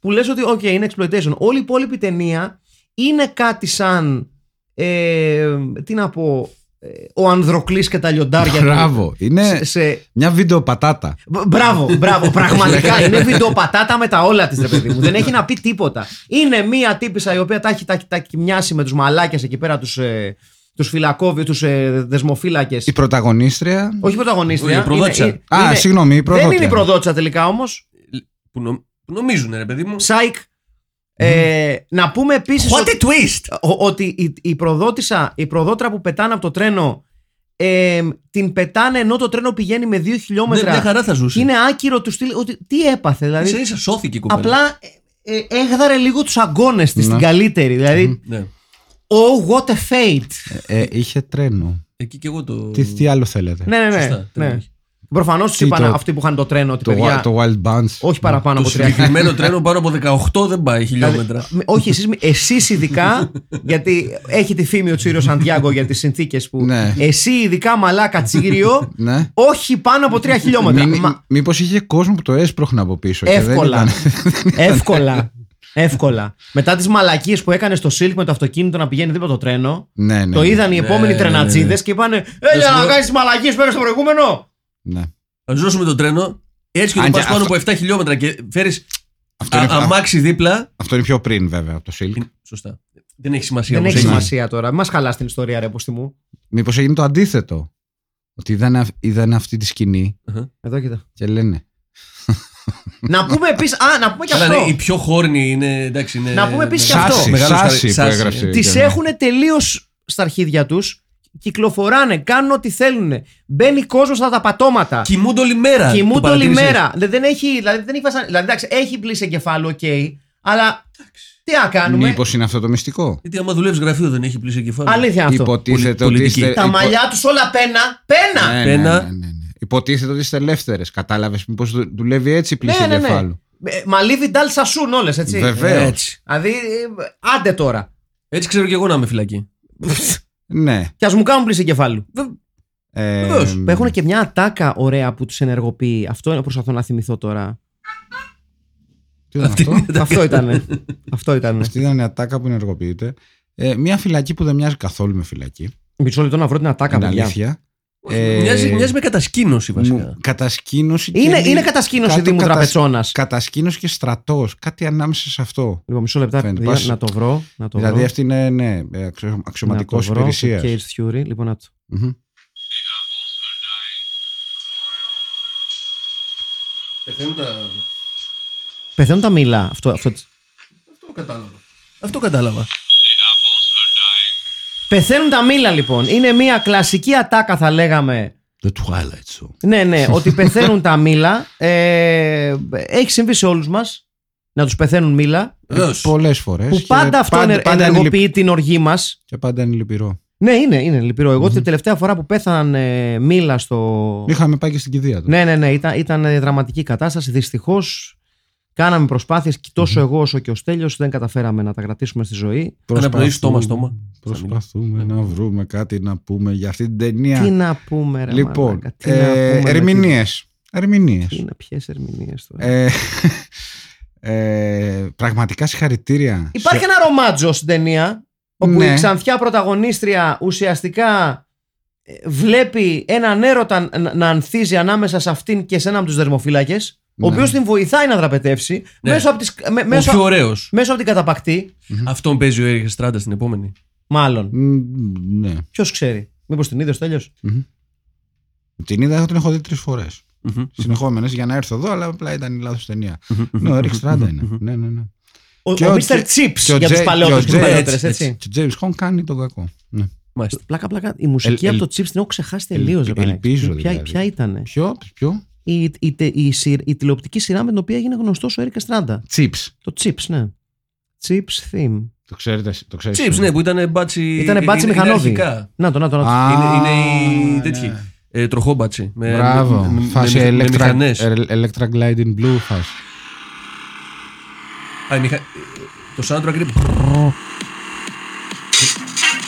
Speaker 5: που λες ότι ok, είναι exploitation. Όλη η υπόλοιπη ταινία είναι κάτι σαν, ε, τι να πω, ε, ο Ανδροκλής και τα λιοντάρια του.
Speaker 4: Μπράβο. Ναι. Είναι
Speaker 5: ναι. Σε, σε-
Speaker 4: μια βίντεο πατάτα.
Speaker 5: Μπ- Μπράβο, μπράβο. Πραγματικά είναι βιντεοπατάτα με τα όλα της, ρε παιδί μου. Δεν έχει να πει τίποτα. Είναι μία τύπησα η οποία τα έχει τα, τα κοιμιάσει με τους μαλάκες εκεί πέρα, τους ε, τους φυλακόβιου, τους ε, δεσμοφύλακες.
Speaker 4: Η πρωταγωνίστρια.
Speaker 5: Όχι πρωταγωνίστρια.
Speaker 3: Η προδότησα.
Speaker 5: είναι-
Speaker 4: Α,
Speaker 5: είναι-
Speaker 4: συγγνώμη, η
Speaker 5: Δεν
Speaker 4: προδότρια.
Speaker 5: είναι η προδότησα τελικά όμως.
Speaker 3: Που, νο- που νομίζουν, ρε παιδί μου.
Speaker 5: Ψάικ. Ε, να πούμε επίσης.
Speaker 3: twist!
Speaker 5: Ο- ότι η, η προδότησα, η προδότρα που πετάνε από το τρένο, ε, την πετάνε ενώ το τρένο πηγαίνει με δύο
Speaker 3: Ναι,
Speaker 5: χιλιόμετρα.
Speaker 3: μια χαρά θα ζούσε.
Speaker 5: είναι άκυρο του στυλ. Ότι, τι έπαθε, δηλαδή.
Speaker 3: Ίσα ίσα σώθηκε η κοπέλα.
Speaker 5: Απλά ε, ε, έγδαρε λίγο τους αγκώνε τη
Speaker 4: Ναι.
Speaker 5: στην καλύτερη. Δηλαδή,
Speaker 3: Ναι.
Speaker 5: oh, what a fate.
Speaker 4: Ε, είχε τρένο.
Speaker 3: Εκεί και εγώ το.
Speaker 4: Τι, τι άλλο θέλετε.
Speaker 5: ναι, ναι, ναι.
Speaker 3: Σωστά,
Speaker 5: ναι.
Speaker 3: τέλος.
Speaker 5: Προφανώς τους
Speaker 4: Ε, Τι
Speaker 5: είπαν
Speaker 4: το-
Speaker 5: αυτοί που είχαν το τρένο ότι
Speaker 4: Το,
Speaker 5: παιδιά.
Speaker 4: wa- το Wild Bounce.
Speaker 5: Όχι παραπάνω
Speaker 3: Το
Speaker 5: από 30
Speaker 3: συγκεκριμένο τρένο πάνω από 18 δεν πάει χιλιόμετρα.
Speaker 4: Δηλαδή,
Speaker 5: Με- Όχι, εσείς, μη- εσείς ειδικά, γιατί έχει τη φήμη ο Τσίριος Σαντιάγκο για τις συνθήκες που.
Speaker 4: Ναι.
Speaker 5: Εσύ ειδικά μαλάκα Τσίριο,
Speaker 4: Ναι.
Speaker 5: όχι πάνω από 3 χιλιόμετρα.
Speaker 4: Μην,
Speaker 5: Μα-
Speaker 4: Μήπως είχε κόσμο που το έσπρωχνα από πίσω. και δεν
Speaker 5: Εύκολα.
Speaker 4: ήταν-
Speaker 5: εύκολα. Εύκολα. Μετά τις μαλακίες που έκανε στο Silk με το αυτοκίνητο να πηγαίνει δίπλα το τρένο,
Speaker 4: ναι, ναι.
Speaker 5: το είδαν οι επόμενοι
Speaker 3: ναι, ναι, ναι.
Speaker 5: τρενατσίδες και είπανε Έλα να κάνεις τις μαλακίες που έκανες στο προηγούμενο.
Speaker 4: ναι.
Speaker 3: Θα ζώσουμε το τρένο. Έτσι και το
Speaker 4: Αν και
Speaker 3: πας πάνω
Speaker 4: αυτό-
Speaker 3: από 7 χιλιόμετρα και φέρεις
Speaker 4: Αυτό, είναι,
Speaker 3: αμάξι δίπλα.
Speaker 4: αυτό είναι πιο πριν βέβαια από το Silk.
Speaker 3: Είναι- Σωστά. Δεν έχει σημασία
Speaker 5: Δεν
Speaker 3: όμως.
Speaker 5: έχει
Speaker 4: έγινε.
Speaker 5: σημασία τώρα. Μας χαλάς την ιστορία, ρε πούστη μου.
Speaker 4: Μήπως έγινε το αντίθετο. Ότι είδαν, αυ- είδαν αυτή τη σκηνή
Speaker 5: Εδώ κοίτα.
Speaker 4: και λένε.
Speaker 5: να πούμε επίσης. Α, να πούμε και
Speaker 3: Καλά,
Speaker 5: αυτό.
Speaker 3: ναι, η πιο χόρνη είναι. Εντάξει, είναι
Speaker 5: Να πούμε επίσης και
Speaker 3: μεγάλος
Speaker 5: αυτό.
Speaker 4: Σάση,
Speaker 3: χαρι-
Speaker 4: σάση που
Speaker 3: σάση.
Speaker 4: έγραψε.
Speaker 5: Τι
Speaker 4: Και-
Speaker 5: έχουν τελείως στα αρχίδια τους. Κυκλοφοράνε, κάνουν ό,τι θέλουν. Μπαίνει κόσμος στα τα πατώματα.
Speaker 3: Κοιμούνται όλη μέρα. το
Speaker 5: Κοιμούνται όλη
Speaker 3: παρατήρησες.
Speaker 5: μέρα. Δεν, δεν έχει, δηλαδή, δεν έχει, βασαν- δηλαδή, εντάξει, έχει πλήση εγκεφάλου, οκ. αλλά τι να κάνουμε.
Speaker 4: Μήπως είναι αυτό το μυστικό.
Speaker 3: Γιατί άμα δουλεύεις γραφείο δεν έχει πλήση κεφάλι.
Speaker 5: Αλήθεια αυτό.
Speaker 4: Υποτίθεται
Speaker 3: Πολι-
Speaker 4: ότι
Speaker 3: πολιτική.
Speaker 4: είστε.
Speaker 5: Τα
Speaker 4: υπο-
Speaker 5: μαλλιά τους όλα πένα. Πένα!
Speaker 4: Ναι, ναι,
Speaker 3: Πένα.
Speaker 4: ναι, ναι, ναι. Υποτίθεται ότι είστε ελεύθερες. Κατάλαβες μήπως δουλεύει έτσι η
Speaker 5: Ναι,
Speaker 4: πλήση εγκεφάλου.
Speaker 5: Ε, Μαλί Βιντάλ Σασούν όλες, έτσι.
Speaker 4: Βεβαίως.
Speaker 3: Έτσι.
Speaker 5: Δηλαδή, ε, άντε τώρα.
Speaker 3: Έτσι ξέρω και εγώ να είμαι φυλακή.
Speaker 4: Ναι.
Speaker 5: Κι ας μου κάνουν πλήση εγκεφάλου.
Speaker 4: Ε,
Speaker 3: Βεβαίως.
Speaker 4: μ,
Speaker 5: Έχουν και μια ατάκα ωραία που τους ενεργοποιεί. Αυτό είναι προσπαθώ να θυμηθώ τώρα.
Speaker 4: τι ήταν
Speaker 3: Αυτή
Speaker 4: αυτό?
Speaker 3: είναι τα-
Speaker 5: Αυτό ήταν. Αυτό ήταν.
Speaker 4: Αυτή ήταν η ατάκα που ενεργοποιείται. Ε, μια φυλακή που δεν μοιάζει καθόλου με φυλακή.
Speaker 5: Μισό λεπτό να βρω την ατάκα,
Speaker 4: Είναι
Speaker 5: παιδιά.
Speaker 4: αλήθεια.
Speaker 3: Μοιάζει, μοιάζει με κατασκήνωση
Speaker 4: Ε, μου,
Speaker 3: βασικά.
Speaker 4: κατασκήνωση.
Speaker 5: Είναι,
Speaker 4: και
Speaker 5: είναι κατασκήνωση
Speaker 4: κάτι
Speaker 5: Δήμου
Speaker 4: κατασ-
Speaker 5: Τραπεζόνα.
Speaker 4: Κατασκήνωση και στρατός. Κάτι ανάμεσα σε αυτό.
Speaker 5: Λοιπόν, μισό λεπτά
Speaker 4: Φαίνεται,
Speaker 5: παιδιά,
Speaker 4: πας-
Speaker 5: να το βρω. Να το
Speaker 4: δηλαδή
Speaker 5: βρω.
Speaker 4: αυτή είναι ναι, αξιωματικό Ε,
Speaker 5: να το βρω,
Speaker 4: υπηρεσίας.
Speaker 5: Cage Theory. Λοιπόν, να το... Πεθαίνουν τα μήλα. Αυτό, αυτό...
Speaker 3: Αυτό κατάλαβα. Αυτό κατάλαβα.
Speaker 4: Ε,
Speaker 5: Πεθαίνουν τα μήλα, λοιπόν. Είναι μια κλασική ατάκα, θα λέγαμε.
Speaker 4: The Twilight Zone.
Speaker 5: Ναι, ναι, ότι πεθαίνουν τα μήλα. Ε, έχει συμβεί σε όλους μας να τους πεθαίνουν μήλα.
Speaker 3: Βεβαίως.
Speaker 4: Πολλές φορές.
Speaker 5: Που πάντα αυτό ενε- ενεργοποιεί την οργή μας.
Speaker 4: Και πάντα είναι λυπηρό.
Speaker 5: Ναι, είναι, είναι λυπηρό. Εγώ την τελευταία φορά που πέθαναν ε, μήλα στο.
Speaker 4: Είχαμε πάει και στην κηδεία του.
Speaker 5: Ναι, ναι, ναι. Ήταν, ήταν ε, δραματική κατάσταση. Δυστυχώς κάναμε προσπάθειες και τόσο εγώ όσο και ο Στέλιος δεν καταφέραμε να τα κρατήσουμε στη ζωή.
Speaker 3: Ένα πρωί στόμα-στόμα.
Speaker 4: Προσπαθούμε να βρούμε κάτι να πούμε για αυτή την ταινία.
Speaker 5: Τι να πούμε, ρε
Speaker 4: λοιπόν,
Speaker 5: μαλάκα, τι να πούμε,
Speaker 4: ε,
Speaker 5: ρε,
Speaker 4: ερμηνείες. Ερμηνείες.
Speaker 5: τι- τι να- ποιες ερμηνείες τώρα.
Speaker 4: Ε, πραγματικά συγχαρητήρια.
Speaker 5: Υπάρχει
Speaker 4: σε-
Speaker 5: ένα ρομάτζο στην ταινία όπου
Speaker 4: Ναι.
Speaker 5: η ξανθιά πρωταγωνίστρια ουσιαστικά ε, βλέπει έναν έρωτα να, να ανθίζει ανάμεσα σε αυτήν και σε έναν από τους δερμοφύλακες
Speaker 4: Ναι.
Speaker 5: ο οποίος την βοηθάει να δραπετεύσει
Speaker 3: Ναι.
Speaker 5: μέσω, από τις, με-
Speaker 3: Ο πιο
Speaker 5: μέσω,
Speaker 3: ωραίος.
Speaker 5: μέσω από την καταπακτή
Speaker 3: Αυτόν παίζει ο Έριχε Στράντα στην επόμενη.
Speaker 5: μάλλον.
Speaker 4: Μ, Ναι.
Speaker 5: Ποιος ξέρει. Μήπως την είδες τέλειω.
Speaker 4: Την είδα, εγώ την έχω δει τρεις φορές.
Speaker 3: Μμμ.
Speaker 4: Συνεχόμενες για να έρθω εδώ, αλλά απλά ήταν η λάθος ταινία. ναι, ο Ρίξ Στράντα είναι. ναι, ναι, ναι.
Speaker 5: Ο,
Speaker 4: Και
Speaker 5: ο
Speaker 4: ο
Speaker 5: Mr.
Speaker 4: Τζε- και
Speaker 5: Chips
Speaker 4: ο Τζε-
Speaker 5: για τους
Speaker 4: και ο Τζε-
Speaker 5: παλαιότερου
Speaker 3: έτσι,
Speaker 5: έτσι.
Speaker 4: Και ο Τζέιμ Χον κάνει τον κακό. Ναι.
Speaker 3: Μάλιστα.
Speaker 5: Πλάκα, πλάκα. Η μουσική
Speaker 4: Ελ-
Speaker 5: από το Chips την έχω ξεχάσει τελείω.
Speaker 4: ελπι- ελπίζω
Speaker 5: Ποια,
Speaker 4: δηλαδή.
Speaker 5: ποια ήταν.
Speaker 4: Ποιο, ποιο.
Speaker 5: Η, η, η, η, σειρ- η τηλεοπτική σειρά με την οποία έγινε γνωστό ο Έρικα Στράντα.
Speaker 4: Chips.
Speaker 5: Το Chips, ναι. Chips theme.
Speaker 4: Το ξέρετε. Το ξέρετε
Speaker 3: Chips, ναι, που ήταν μπάτσι.
Speaker 5: Ήτανε μπάτσι
Speaker 3: είναι- είναι
Speaker 5: μηχανόβι.
Speaker 3: αρχικά.
Speaker 5: Να το, να το, να το.
Speaker 4: Α,
Speaker 3: Είναι, είναι οι
Speaker 4: ναι.
Speaker 3: τέτοιοι. Ε, τροχόμπατσι. Με,
Speaker 4: Μπράβο.
Speaker 3: με- με-
Speaker 4: φάση
Speaker 3: με- με
Speaker 4: electra,
Speaker 3: μηχανές.
Speaker 4: ε, electra gliding blue φάση.
Speaker 3: Α, η μηχα- ε, Το soundtrack είναι.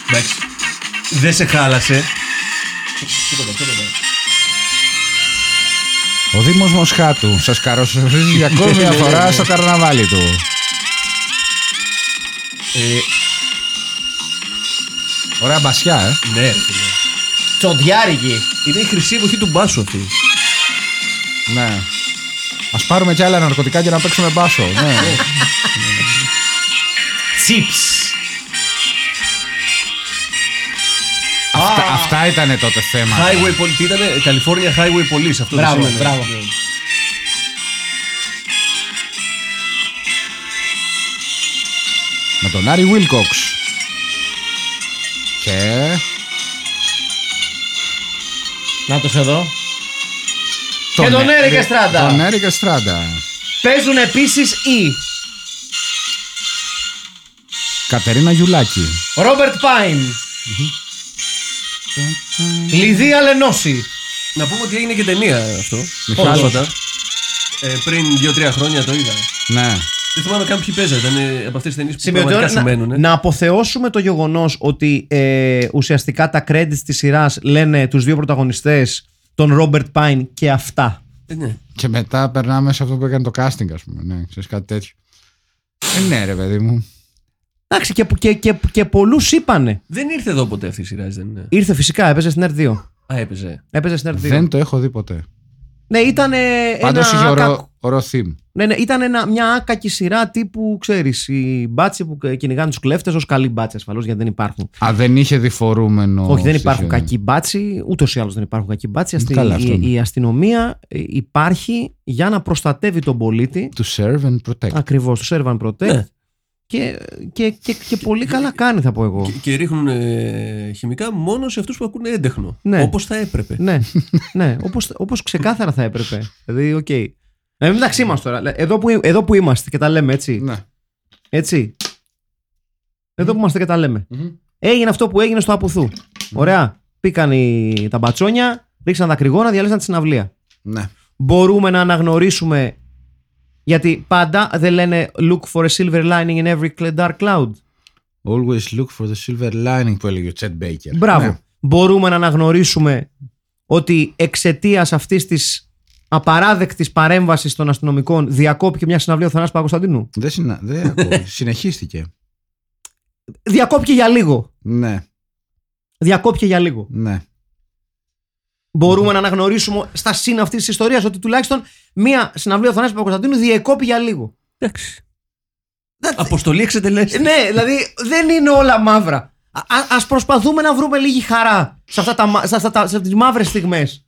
Speaker 3: Εντάξει. Δεν σε χάλασε. Τίποτα, τίποτα.
Speaker 4: Ο Δήμος Μοσχάτου σας καροσορίζει για ακόμη μια φορά στο καρναβάλι του.
Speaker 3: Ε,
Speaker 4: Ωραία μπασιά, ε.
Speaker 3: Ναι, ρε φίλε.
Speaker 5: Τσοντιάρικη.
Speaker 3: Είναι η χρυσή εποχή του μπάσου αυτή.
Speaker 4: Ναι. Ας πάρουμε κι άλλα ναρκωτικά και να παίξουμε μπάσο. Ναι.
Speaker 5: Τσίπς.
Speaker 6: Αυτά, αυτά ήταν τότε θέμα.
Speaker 3: Highway Police. Τι ήταν, California Highway Police αυτό
Speaker 5: Μπράβο,
Speaker 3: το σήμαινε.
Speaker 5: μπράβο.
Speaker 4: Με τον Άρη Wilcox. Και.
Speaker 5: Να το εδώ. Και τον
Speaker 4: Έ-
Speaker 5: Έρικ Εστράντα.
Speaker 4: Τον Έρικ Εστράντα.
Speaker 5: Παίζουν επίσης οι
Speaker 4: Κατερίνα Γιουλάκη.
Speaker 5: Ρόμπερτ
Speaker 4: Mm-hmm.
Speaker 5: Πάιν. Λιδία Λενόση.
Speaker 3: Να πούμε ότι έγινε και ταινία αυτό.
Speaker 4: Μιχάλης.
Speaker 3: Πρόσφατα. Ε, πριν 2-3 χρόνια το είδα.
Speaker 4: Ναι.
Speaker 3: Δεν θυμάμαι καν ποιοι παίζανε. Ήταν ε, από αυτές τις ταινίες που
Speaker 5: Σημειωτέων,
Speaker 3: πραγματικά σου μένουν.
Speaker 5: να, να αποθεώσουμε το γεγονός ότι ε, ουσιαστικά τα credits της σειράς λένε τους δύο πρωταγωνιστές, τον Ρόμπερτ Πάιν και αυτά.
Speaker 3: ναι.
Speaker 4: Και μετά περνάμε σε αυτό που έκανε το casting, ας πούμε. Ναι, ξέρεις κάτι τέτοιο. Ε, ναι, ρε παιδί μου.
Speaker 5: Εντάξει, και, και, και, και πολλούς είπανε.
Speaker 3: Δεν ήρθε εδώ ποτέ αυτή η σειρά, έτσι δεν είναι.
Speaker 5: Ήρθε φυσικά, έπαιζε στην R2.
Speaker 3: Α, έπαιζε.
Speaker 5: Έπαιζε στην R2.
Speaker 4: Δεν το έχω δει ποτέ.
Speaker 5: Ναι, ήταν
Speaker 4: Πάντω
Speaker 5: ένα,
Speaker 4: είχε
Speaker 5: άκακο-
Speaker 4: ωραίο, ωραίο theme.
Speaker 5: ναι, ναι, ήταν ένα- μια άκακη σειρά τύπου, ξέρεις, οι μπάτσοι που κυνηγάνε τους κλέφτες ως καλοί μπάτσοι ασφαλώς γιατί δεν υπάρχουν.
Speaker 4: Α, δεν είχε διφορούμενο.
Speaker 5: Όχι, δεν
Speaker 4: στοιχείο,
Speaker 5: υπάρχουν
Speaker 4: ναι.
Speaker 5: κακοί μπάτσοι. Ούτως ή άλλως δεν υπάρχουν κακοί μπάτσοι. Αστι-
Speaker 4: Καλά, αυτό ναι.
Speaker 5: η,
Speaker 4: είναι.
Speaker 5: η αστυνομία ε, υπάρχει για να προστατεύει τον πολίτη.
Speaker 4: To serve and protect.
Speaker 5: Ακριβώς, του Servan Protect.
Speaker 3: Ναι.
Speaker 5: Και, και, και, και πολύ καλά κάνει, θα πω εγώ.
Speaker 3: Και, και ρίχνουν ε, χημικά μόνο σε αυτούς που ακούνε έντεχνο.
Speaker 5: Ναι.
Speaker 3: Όπως θα έπρεπε.
Speaker 5: ναι, ναι όπως, όπως ξεκάθαρα θα έπρεπε. Δηλαδή, οκ. Okay. Ε, μεταξύ μας τώρα, λέ- εδώ που, εδώ που είμαστε και τα λέμε έτσι.
Speaker 4: Ναι.
Speaker 5: έτσι. Εδώ που είμαστε και τα λέμε.
Speaker 4: Μμμ.
Speaker 5: Έγινε αυτό που έγινε στο Απουθού. Ωραία. Πήκαν οι, τα μπατσόνια, ρίξαν τα κρυγόνα, διαλύσαν τη συναυλία.
Speaker 4: ναι.
Speaker 5: μπορούμε να αναγνωρίσουμε γιατί πάντα δεν λένε look for a silver lining in every cl- dark cloud.
Speaker 4: Always look for the silver lining που έλεγε ο Τσέτ Μπέικερ.
Speaker 5: Μπράβο.
Speaker 4: Ναι.
Speaker 5: Μπορούμε να αναγνωρίσουμε ότι εξαιτίας αυτής της απαράδεκτης παρέμβασης των αστυνομικών διακόπηκε μια συναυλία ο Θανάσης Παπακοσταντίνου.
Speaker 4: Δεν, συνα... δεν ακούω. Συνεχίστηκε.
Speaker 5: Διακόπηκε για λίγο.
Speaker 4: Ναι,
Speaker 5: Διακόπηκε για λίγο.
Speaker 4: ναι.
Speaker 5: Μπορούμε να αναγνωρίσουμε στα σύν αυτής της ιστορίας ότι τουλάχιστον μια συναυλία ο Θανάσης Παπακοσταντίνου διεκόπη για λίγο.
Speaker 3: Εντάξει. Αποστολή εξετελέστη.
Speaker 5: Ναι, δηλαδή δεν είναι όλα μαύρα. Α ας προσπαθούμε να βρούμε λίγη χαρά σε, αυτά τα, μα- σε, αυτά τα, σε τις μαύρες στιγμές.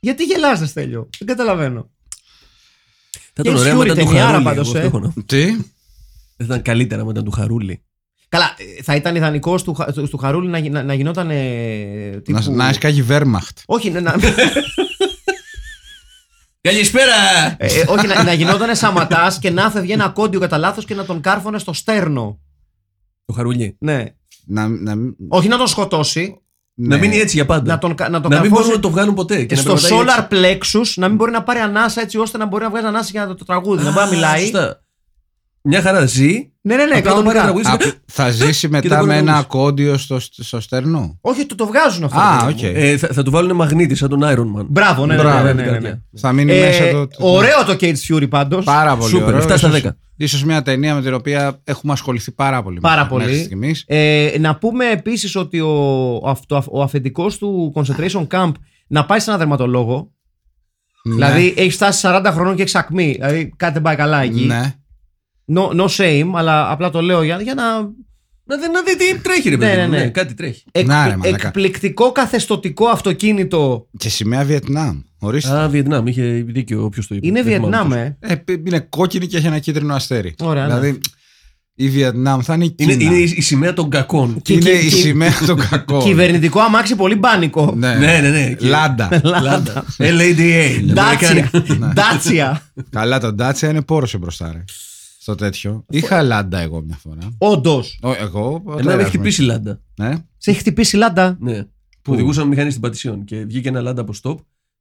Speaker 5: Γιατί γελάζεις Στέλιο, δεν καταλαβαίνω.
Speaker 3: Θα
Speaker 5: και
Speaker 3: ήταν ωραία
Speaker 5: Fury
Speaker 3: μετά του
Speaker 5: ταινιάρα
Speaker 3: Χαρούλη.
Speaker 5: πάντως,
Speaker 3: εγώ
Speaker 5: ε.
Speaker 3: αυτό έχω να-
Speaker 4: Τι.
Speaker 3: Θα ήταν καλύτερα μετά του Χαρούλη.
Speaker 5: Καλά, ε, θα ήταν ιδανικό του, Χα- του, του Χαρούλη να, γι- να, να γινόταν. Ε, τύπου...
Speaker 4: Να, να σκάγει Βέρμαχτ.
Speaker 5: Όχι, να, ε, να-
Speaker 3: Καλησπέρα!
Speaker 5: ε, ε, όχι, να, να γινόταν σαματάς και να φεύγει ένα κόντιο κατά λάθος και να τον κάρφωνε στο στέρνο.
Speaker 3: Το Χαρούλη.
Speaker 5: Ναι.
Speaker 4: Να, να, μην-
Speaker 5: Όχι να τον σκοτώσει,
Speaker 3: Να
Speaker 4: ναι.
Speaker 3: μείνει έτσι για πάντα.
Speaker 5: να τον, κα- να τον
Speaker 3: να μην
Speaker 5: καρφώσει
Speaker 3: μπορούν να το βγάλουν ποτέ. Και να
Speaker 5: στο
Speaker 3: περπατάει έτσι.
Speaker 5: solar plexus, να μην μπορεί να πάρει ανάσα έτσι ώστε να μπορεί να βγάζει ανάσα για να το, το τραγούδι, να μπορεί να
Speaker 3: Α,
Speaker 5: μιλάει.
Speaker 3: σωστά. Μια χαρά ζει.
Speaker 5: Ναι, ναι, ναι,
Speaker 3: Απλά όταν πάρει
Speaker 5: κανονικά.
Speaker 3: ένα τραγούδι,
Speaker 4: Α, θα
Speaker 3: Και
Speaker 4: ζήσει
Speaker 3: δεν
Speaker 4: μετά
Speaker 3: μπορεί
Speaker 4: με
Speaker 3: να
Speaker 4: ένα
Speaker 3: ακούσει.
Speaker 4: κόντιο στο, στο στέρνο.
Speaker 5: Όχι, το, το βγάζουν αυτό.
Speaker 4: Α,
Speaker 5: ρε παιδί
Speaker 4: οκ.
Speaker 5: μου.
Speaker 3: ε, θα, θα του βάλουν μαγνήτη σαν τον Iron Man.
Speaker 5: Μπράβο, ναι, ναι,
Speaker 4: Μπράβο,
Speaker 5: ναι,
Speaker 4: την
Speaker 5: ναι, ναι, ναι, ναι.
Speaker 3: καρδιά.
Speaker 4: Θα μείνει
Speaker 5: Ε,
Speaker 4: μέσα το. το-
Speaker 5: ωραίο το Cage Fury πάντως.
Speaker 4: Πάρα πολύ
Speaker 3: Σούπερ,
Speaker 4: ωραίο.
Speaker 3: 7 στα 10.
Speaker 4: Ίσως μια ταινία με την οποία έχουμε ασχοληθεί πάρα πολύ.
Speaker 5: Πάρα
Speaker 4: μέχρι-
Speaker 5: πολύ.
Speaker 4: μέχρι στιγμής.
Speaker 5: Ε, να πούμε επίσης ότι ο, αυτό, ο αφεντικός του concentration camp να πάει σε ένα δερματολόγο.
Speaker 4: Ναι.
Speaker 5: Δηλαδή έχει φτάσει 40 χρονών και έχει ακμή. Δηλαδή κάτι δεν πάει καλά εκεί.
Speaker 4: Ναι.
Speaker 5: No, no shame, αλλά απλά το λέω για, για να.
Speaker 3: Να δει, να δει τι τρέχει, ρε
Speaker 5: Ναι,
Speaker 3: παιδί.
Speaker 5: ναι,
Speaker 3: μου,
Speaker 5: ναι.
Speaker 3: ναι, κάτι τρέχει.
Speaker 5: Εκ-
Speaker 4: Να, ρε, μαλάκα.
Speaker 5: εκπληκτικό καθεστοτικό αυτοκίνητο.
Speaker 4: Και σημαία Βιετνάμ. Ορίστε.
Speaker 3: Α, Βιετνάμ, είχε δίκιο όποιος το είπε.
Speaker 5: Είναι
Speaker 3: Δεν θυμάμαι
Speaker 5: Βιετνάμ,
Speaker 3: ποιος.
Speaker 5: ε.
Speaker 4: Ε, π- είναι κόκκινη και έχει ένα κίτρινο αστέρι.
Speaker 5: Ωραία, ναι.
Speaker 4: δηλαδή η Βιετνάμ θα είναι η Κίνα.
Speaker 3: Είναι, είναι η η σημαία των κακών.
Speaker 4: ε. Και είναι
Speaker 5: Κι-
Speaker 4: η
Speaker 5: κι-
Speaker 4: σημαία των κακών.
Speaker 5: Κυβερνητικό αμάξι, πολύ μπάνικο.
Speaker 4: Ναι,
Speaker 3: Ναι, ναι, ναι. Και-
Speaker 4: Λάντα.
Speaker 3: Λάντα. LADA.
Speaker 5: Ντάτσια.
Speaker 3: Αμερικάνικα.
Speaker 5: Ντάτσια.
Speaker 4: Καλά, τον Dacia είναι πόρο μπροστά, ρε. Στο τέτοιο. Είχα Λάντα εγώ μια φορά.
Speaker 5: Όντως.
Speaker 4: Ο, εγώ. ο
Speaker 3: Εμένα με
Speaker 4: τέρας
Speaker 3: έχει
Speaker 4: μου.
Speaker 3: χτυπήσει λάντα.
Speaker 4: Ναι.
Speaker 5: Σε έχει χτυπήσει λάντα.
Speaker 3: Ναι. Που οδηγούσαμε μηχανή στην Πατησίων και βγήκε ένα λάντα από στόπ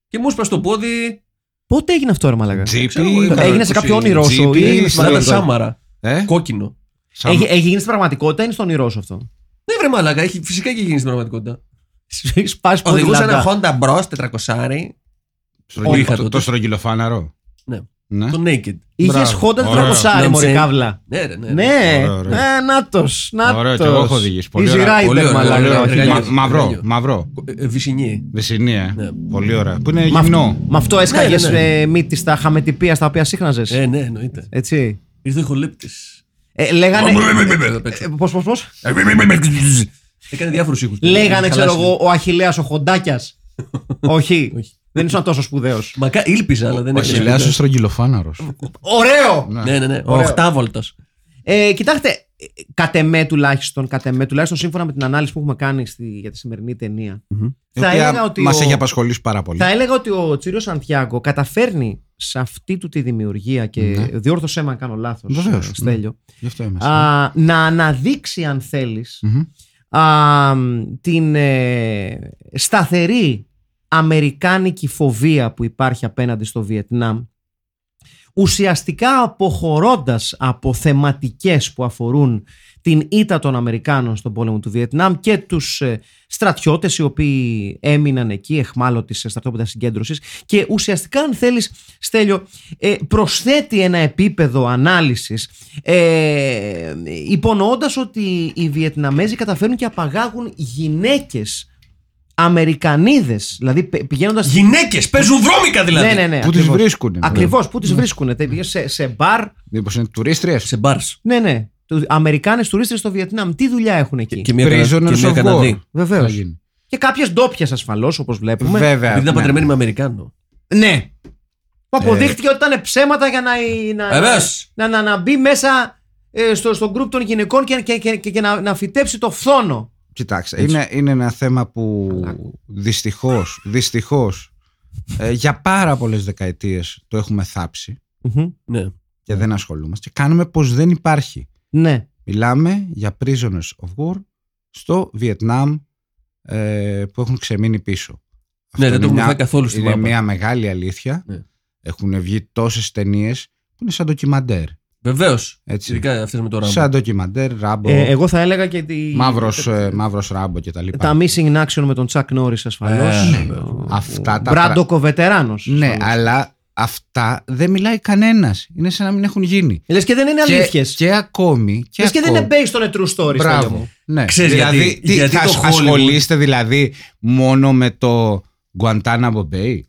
Speaker 3: και μου έσπασε το πόδι.
Speaker 5: Πότε έγινε αυτό, ρε Μαλάκα.
Speaker 4: Τζίπι.
Speaker 3: Ξέρω εγώ,
Speaker 4: είχα-
Speaker 5: Έγινε σε κάποιο όνειρό σου
Speaker 4: Τζίπι,
Speaker 5: ή έγινε στην
Speaker 4: Λάντα
Speaker 3: Λάντα
Speaker 5: πραγματικότητα.
Speaker 3: σάμαρα.
Speaker 4: Ε,
Speaker 3: Κόκκινο.
Speaker 4: σαν-
Speaker 5: Έχει, έχει γίνει στην πραγματικότητα ή είναι στο όνειρό σου αυτό.
Speaker 3: Ναι, βρε μαλάκα, έχει, φυσικά και γίνει στην πραγματικότητα.
Speaker 5: Σου έχει σπάσει πολύ
Speaker 3: Οδηγούσα ένα
Speaker 5: λάντα.
Speaker 3: Honda Bros 400.
Speaker 4: στρογγυλο-
Speaker 3: είχα
Speaker 4: το-
Speaker 3: τότε.
Speaker 4: Το στρογγυλοφάναρο.
Speaker 3: Ναι.
Speaker 4: Ναι.
Speaker 3: Το naked.
Speaker 5: Είχες
Speaker 7: Μπράβο.
Speaker 5: Honda
Speaker 7: Ωραία.
Speaker 5: Τρατοσάρι,
Speaker 3: Να
Speaker 5: Μωρή
Speaker 3: ψέχνει.
Speaker 5: Καύλα.
Speaker 3: Ναι, ρε, ναι.
Speaker 5: Ναι,
Speaker 7: Ωραίο, ωραίο.
Speaker 5: ε, νάτος, νάτος.
Speaker 7: Ωραίο, και εγώ έχω οδηγήσει. Πολύ
Speaker 5: Η
Speaker 7: ωραία.
Speaker 5: Ζηρά
Speaker 3: Πολύ
Speaker 5: ήταν,
Speaker 3: ωραία,
Speaker 5: μαλάκα.
Speaker 3: ωραία,
Speaker 5: όχι
Speaker 3: ωραία.
Speaker 5: αλλιώς.
Speaker 7: Μα- μαυρό,
Speaker 3: Τέλειο.
Speaker 7: μαυρό.
Speaker 3: Ε, Βυσινή.
Speaker 7: Βυσινή, ε.
Speaker 3: Ναι.
Speaker 7: Πολύ ωραία. Που είναι
Speaker 5: Μα-
Speaker 7: γυμνό.
Speaker 5: Με αυτό έσκαγες
Speaker 3: Ναι, ναι, ναι.
Speaker 5: μύτη στα χαμετυπία στα οποία σύχναζες.
Speaker 3: Ε, ναι, εννοείται.
Speaker 5: Έτσι.
Speaker 3: Ήρθε ηχολήπτη.
Speaker 5: Ε, λέγανε. Ε,
Speaker 3: εδώ απ' έξω.
Speaker 5: Πώς, πώς, πώς.
Speaker 4: Ε,
Speaker 3: Έκανε διάφορους ήχους.
Speaker 5: Λέγανε, ξέρω εγώ, ο Αχηλέα ο Χοντάκιας. Όχι.
Speaker 3: Όχι.
Speaker 5: Δεν ήσουν τόσο σπουδαίος.
Speaker 3: Μακά, ήλπιζα, αλλά δεν
Speaker 4: Ο
Speaker 3: έκανε.
Speaker 4: Χιλιάς ο στρογγυλοφάναρος.
Speaker 5: Ωραίο!
Speaker 3: Ναι, ναι, ναι. Ο
Speaker 5: Ωραίο.
Speaker 3: οχτάβολτο.
Speaker 5: Ε, κοιτάξτε, ε, κατ' εμέ τουλάχιστον, κατ' εμέ, τουλάχιστον σύμφωνα με την ανάλυση που έχουμε κάνει στη, για τη σημερινή ταινία,
Speaker 4: Η
Speaker 5: θα,
Speaker 4: οποία
Speaker 5: έλεγα ότι
Speaker 4: Μας
Speaker 5: ο,
Speaker 4: έχει απασχολήσει πάρα πολύ.
Speaker 5: θα έλεγα ότι ο Τσίριος Σαντιάγκο καταφέρνει σε αυτή του τη δημιουργία και
Speaker 4: Ναι.
Speaker 5: διόρθωσέ με αν κάνω λάθος.
Speaker 4: Βεβαίως. Ναι.
Speaker 5: Στέλιο.
Speaker 4: Γι' αυτό είμαστε.
Speaker 5: Α, να αναδείξει, αν θέλεις,
Speaker 4: Μμμ.
Speaker 5: α, μ, την ε, σταθερή αμερικάνικη φοβία που υπάρχει απέναντι στο Βιετνάμ ουσιαστικά αποχωρώντας από θεματικές που αφορούν την ήττα των Αμερικάνων στον πόλεμο του Βιετνάμ και τους ε, στρατιώτες οι οποίοι έμειναν εκεί εχμάλωτοι σε στρατόπεδα συγκέντρωσης και ουσιαστικά αν θέλεις Στέλιο ε, προσθέτει ένα επίπεδο ανάλυσης ε, υπονοώντας ότι οι Βιετναμέζοι καταφέρνουν και απαγάγουν γυναίκες Αμερικανίδες δηλαδή πε- πηγαίνοντας
Speaker 3: Γυναίκες παίζουν βρώμικα δηλαδή.
Speaker 5: ναι, ναι, ναι,
Speaker 4: Πού τις
Speaker 5: ακριβώς.
Speaker 4: βρίσκουνε.
Speaker 5: Ακριβώς, πού τι
Speaker 4: Ναι.
Speaker 5: βρίσκουν. Σε, σε μπαρ.
Speaker 4: δηλαδή. Μήπως είναι τουρίστριες.
Speaker 3: Σε μπαρ.
Speaker 5: Ναι, ναι. Αμερικάνε τουρίστε στο Βιετνάμ. Τι δουλειά έχουν εκεί.
Speaker 3: Και μια, Κανα-
Speaker 4: Prisoners
Speaker 3: και μια
Speaker 4: of
Speaker 3: Καναδή.
Speaker 4: War.
Speaker 5: Βεβαίως.
Speaker 4: Θα γίνει.
Speaker 5: Και κάποιες ντόπιες ασφαλώς, όπως βλέπουμε.
Speaker 4: Βέβαια.
Speaker 3: Επειδή ήταν
Speaker 4: ναι.
Speaker 3: παντρεμένη με Αμερικάνο.
Speaker 5: Ναι. Που αποδείχτηκε ότι ήταν ψέματα για να,
Speaker 4: Ε,
Speaker 5: να, να,
Speaker 3: Βεβαίως.
Speaker 5: να, να, μπει μέσα ε, στο, στο γκρουπ των γυναικών και, και, και, και, και να, να φυτέψει το φθόνο.
Speaker 4: Κοιτάξτε, είναι, είναι ένα θέμα που δυστυχώς, δυστυχώς ε, για πάρα πολλές δεκαετίες το έχουμε θάψει
Speaker 3: Ναι.
Speaker 4: και δεν ασχολούμαστε. Κάνουμε πως δεν υπάρχει.
Speaker 5: Ναι.
Speaker 4: Μιλάμε για prisoners of war στο Βιετνάμ ε, που έχουν ξεμείνει πίσω.
Speaker 3: Ναι, δεν το
Speaker 4: είναι
Speaker 3: έχουμε
Speaker 4: μια-
Speaker 3: δει καθόλου στη
Speaker 4: Είναι
Speaker 3: μάπα.
Speaker 4: μια μεγάλη αλήθεια.
Speaker 3: Ναι.
Speaker 4: Έχουν βγει τόσες ταινίες που είναι σαν ντοκιμαντέρ.
Speaker 3: Βεβαίως.
Speaker 4: Έτσι.
Speaker 3: Ειδικά αυτές με το ράμπο.
Speaker 4: Σαν ντοκιμαντέρ, ράμπο,
Speaker 5: Ε, εγώ θα έλεγα και τη.
Speaker 4: μαύρος, ε, μαύρος ράμπο κτλ.
Speaker 5: τα missing action με τον Τσακ Νόρι ασφαλώς.
Speaker 3: Ε, ναι.
Speaker 4: Αυτά τα
Speaker 5: Μπράντοκο βετεράνος.
Speaker 4: Ναι, αλλά αυτά δεν μιλάει κανένας. Είναι σαν να μην έχουν γίνει.
Speaker 5: Λες και δεν είναι
Speaker 4: Και,
Speaker 5: αλήθειες.
Speaker 4: και ακόμη. Και
Speaker 5: Λες και δεν
Speaker 4: ακόμη.
Speaker 5: είναι based on a true story. Στέλιο
Speaker 4: Μπράβο.
Speaker 5: μου.
Speaker 4: Ναι.
Speaker 3: Ξέρεις
Speaker 4: δηλαδή,
Speaker 3: γιατί-
Speaker 4: τι,
Speaker 3: γιατί
Speaker 4: θα
Speaker 3: το
Speaker 4: ασ-
Speaker 3: Hollywood-
Speaker 4: ασχολείστε δηλαδή μόνο με το Guantanamo Bay.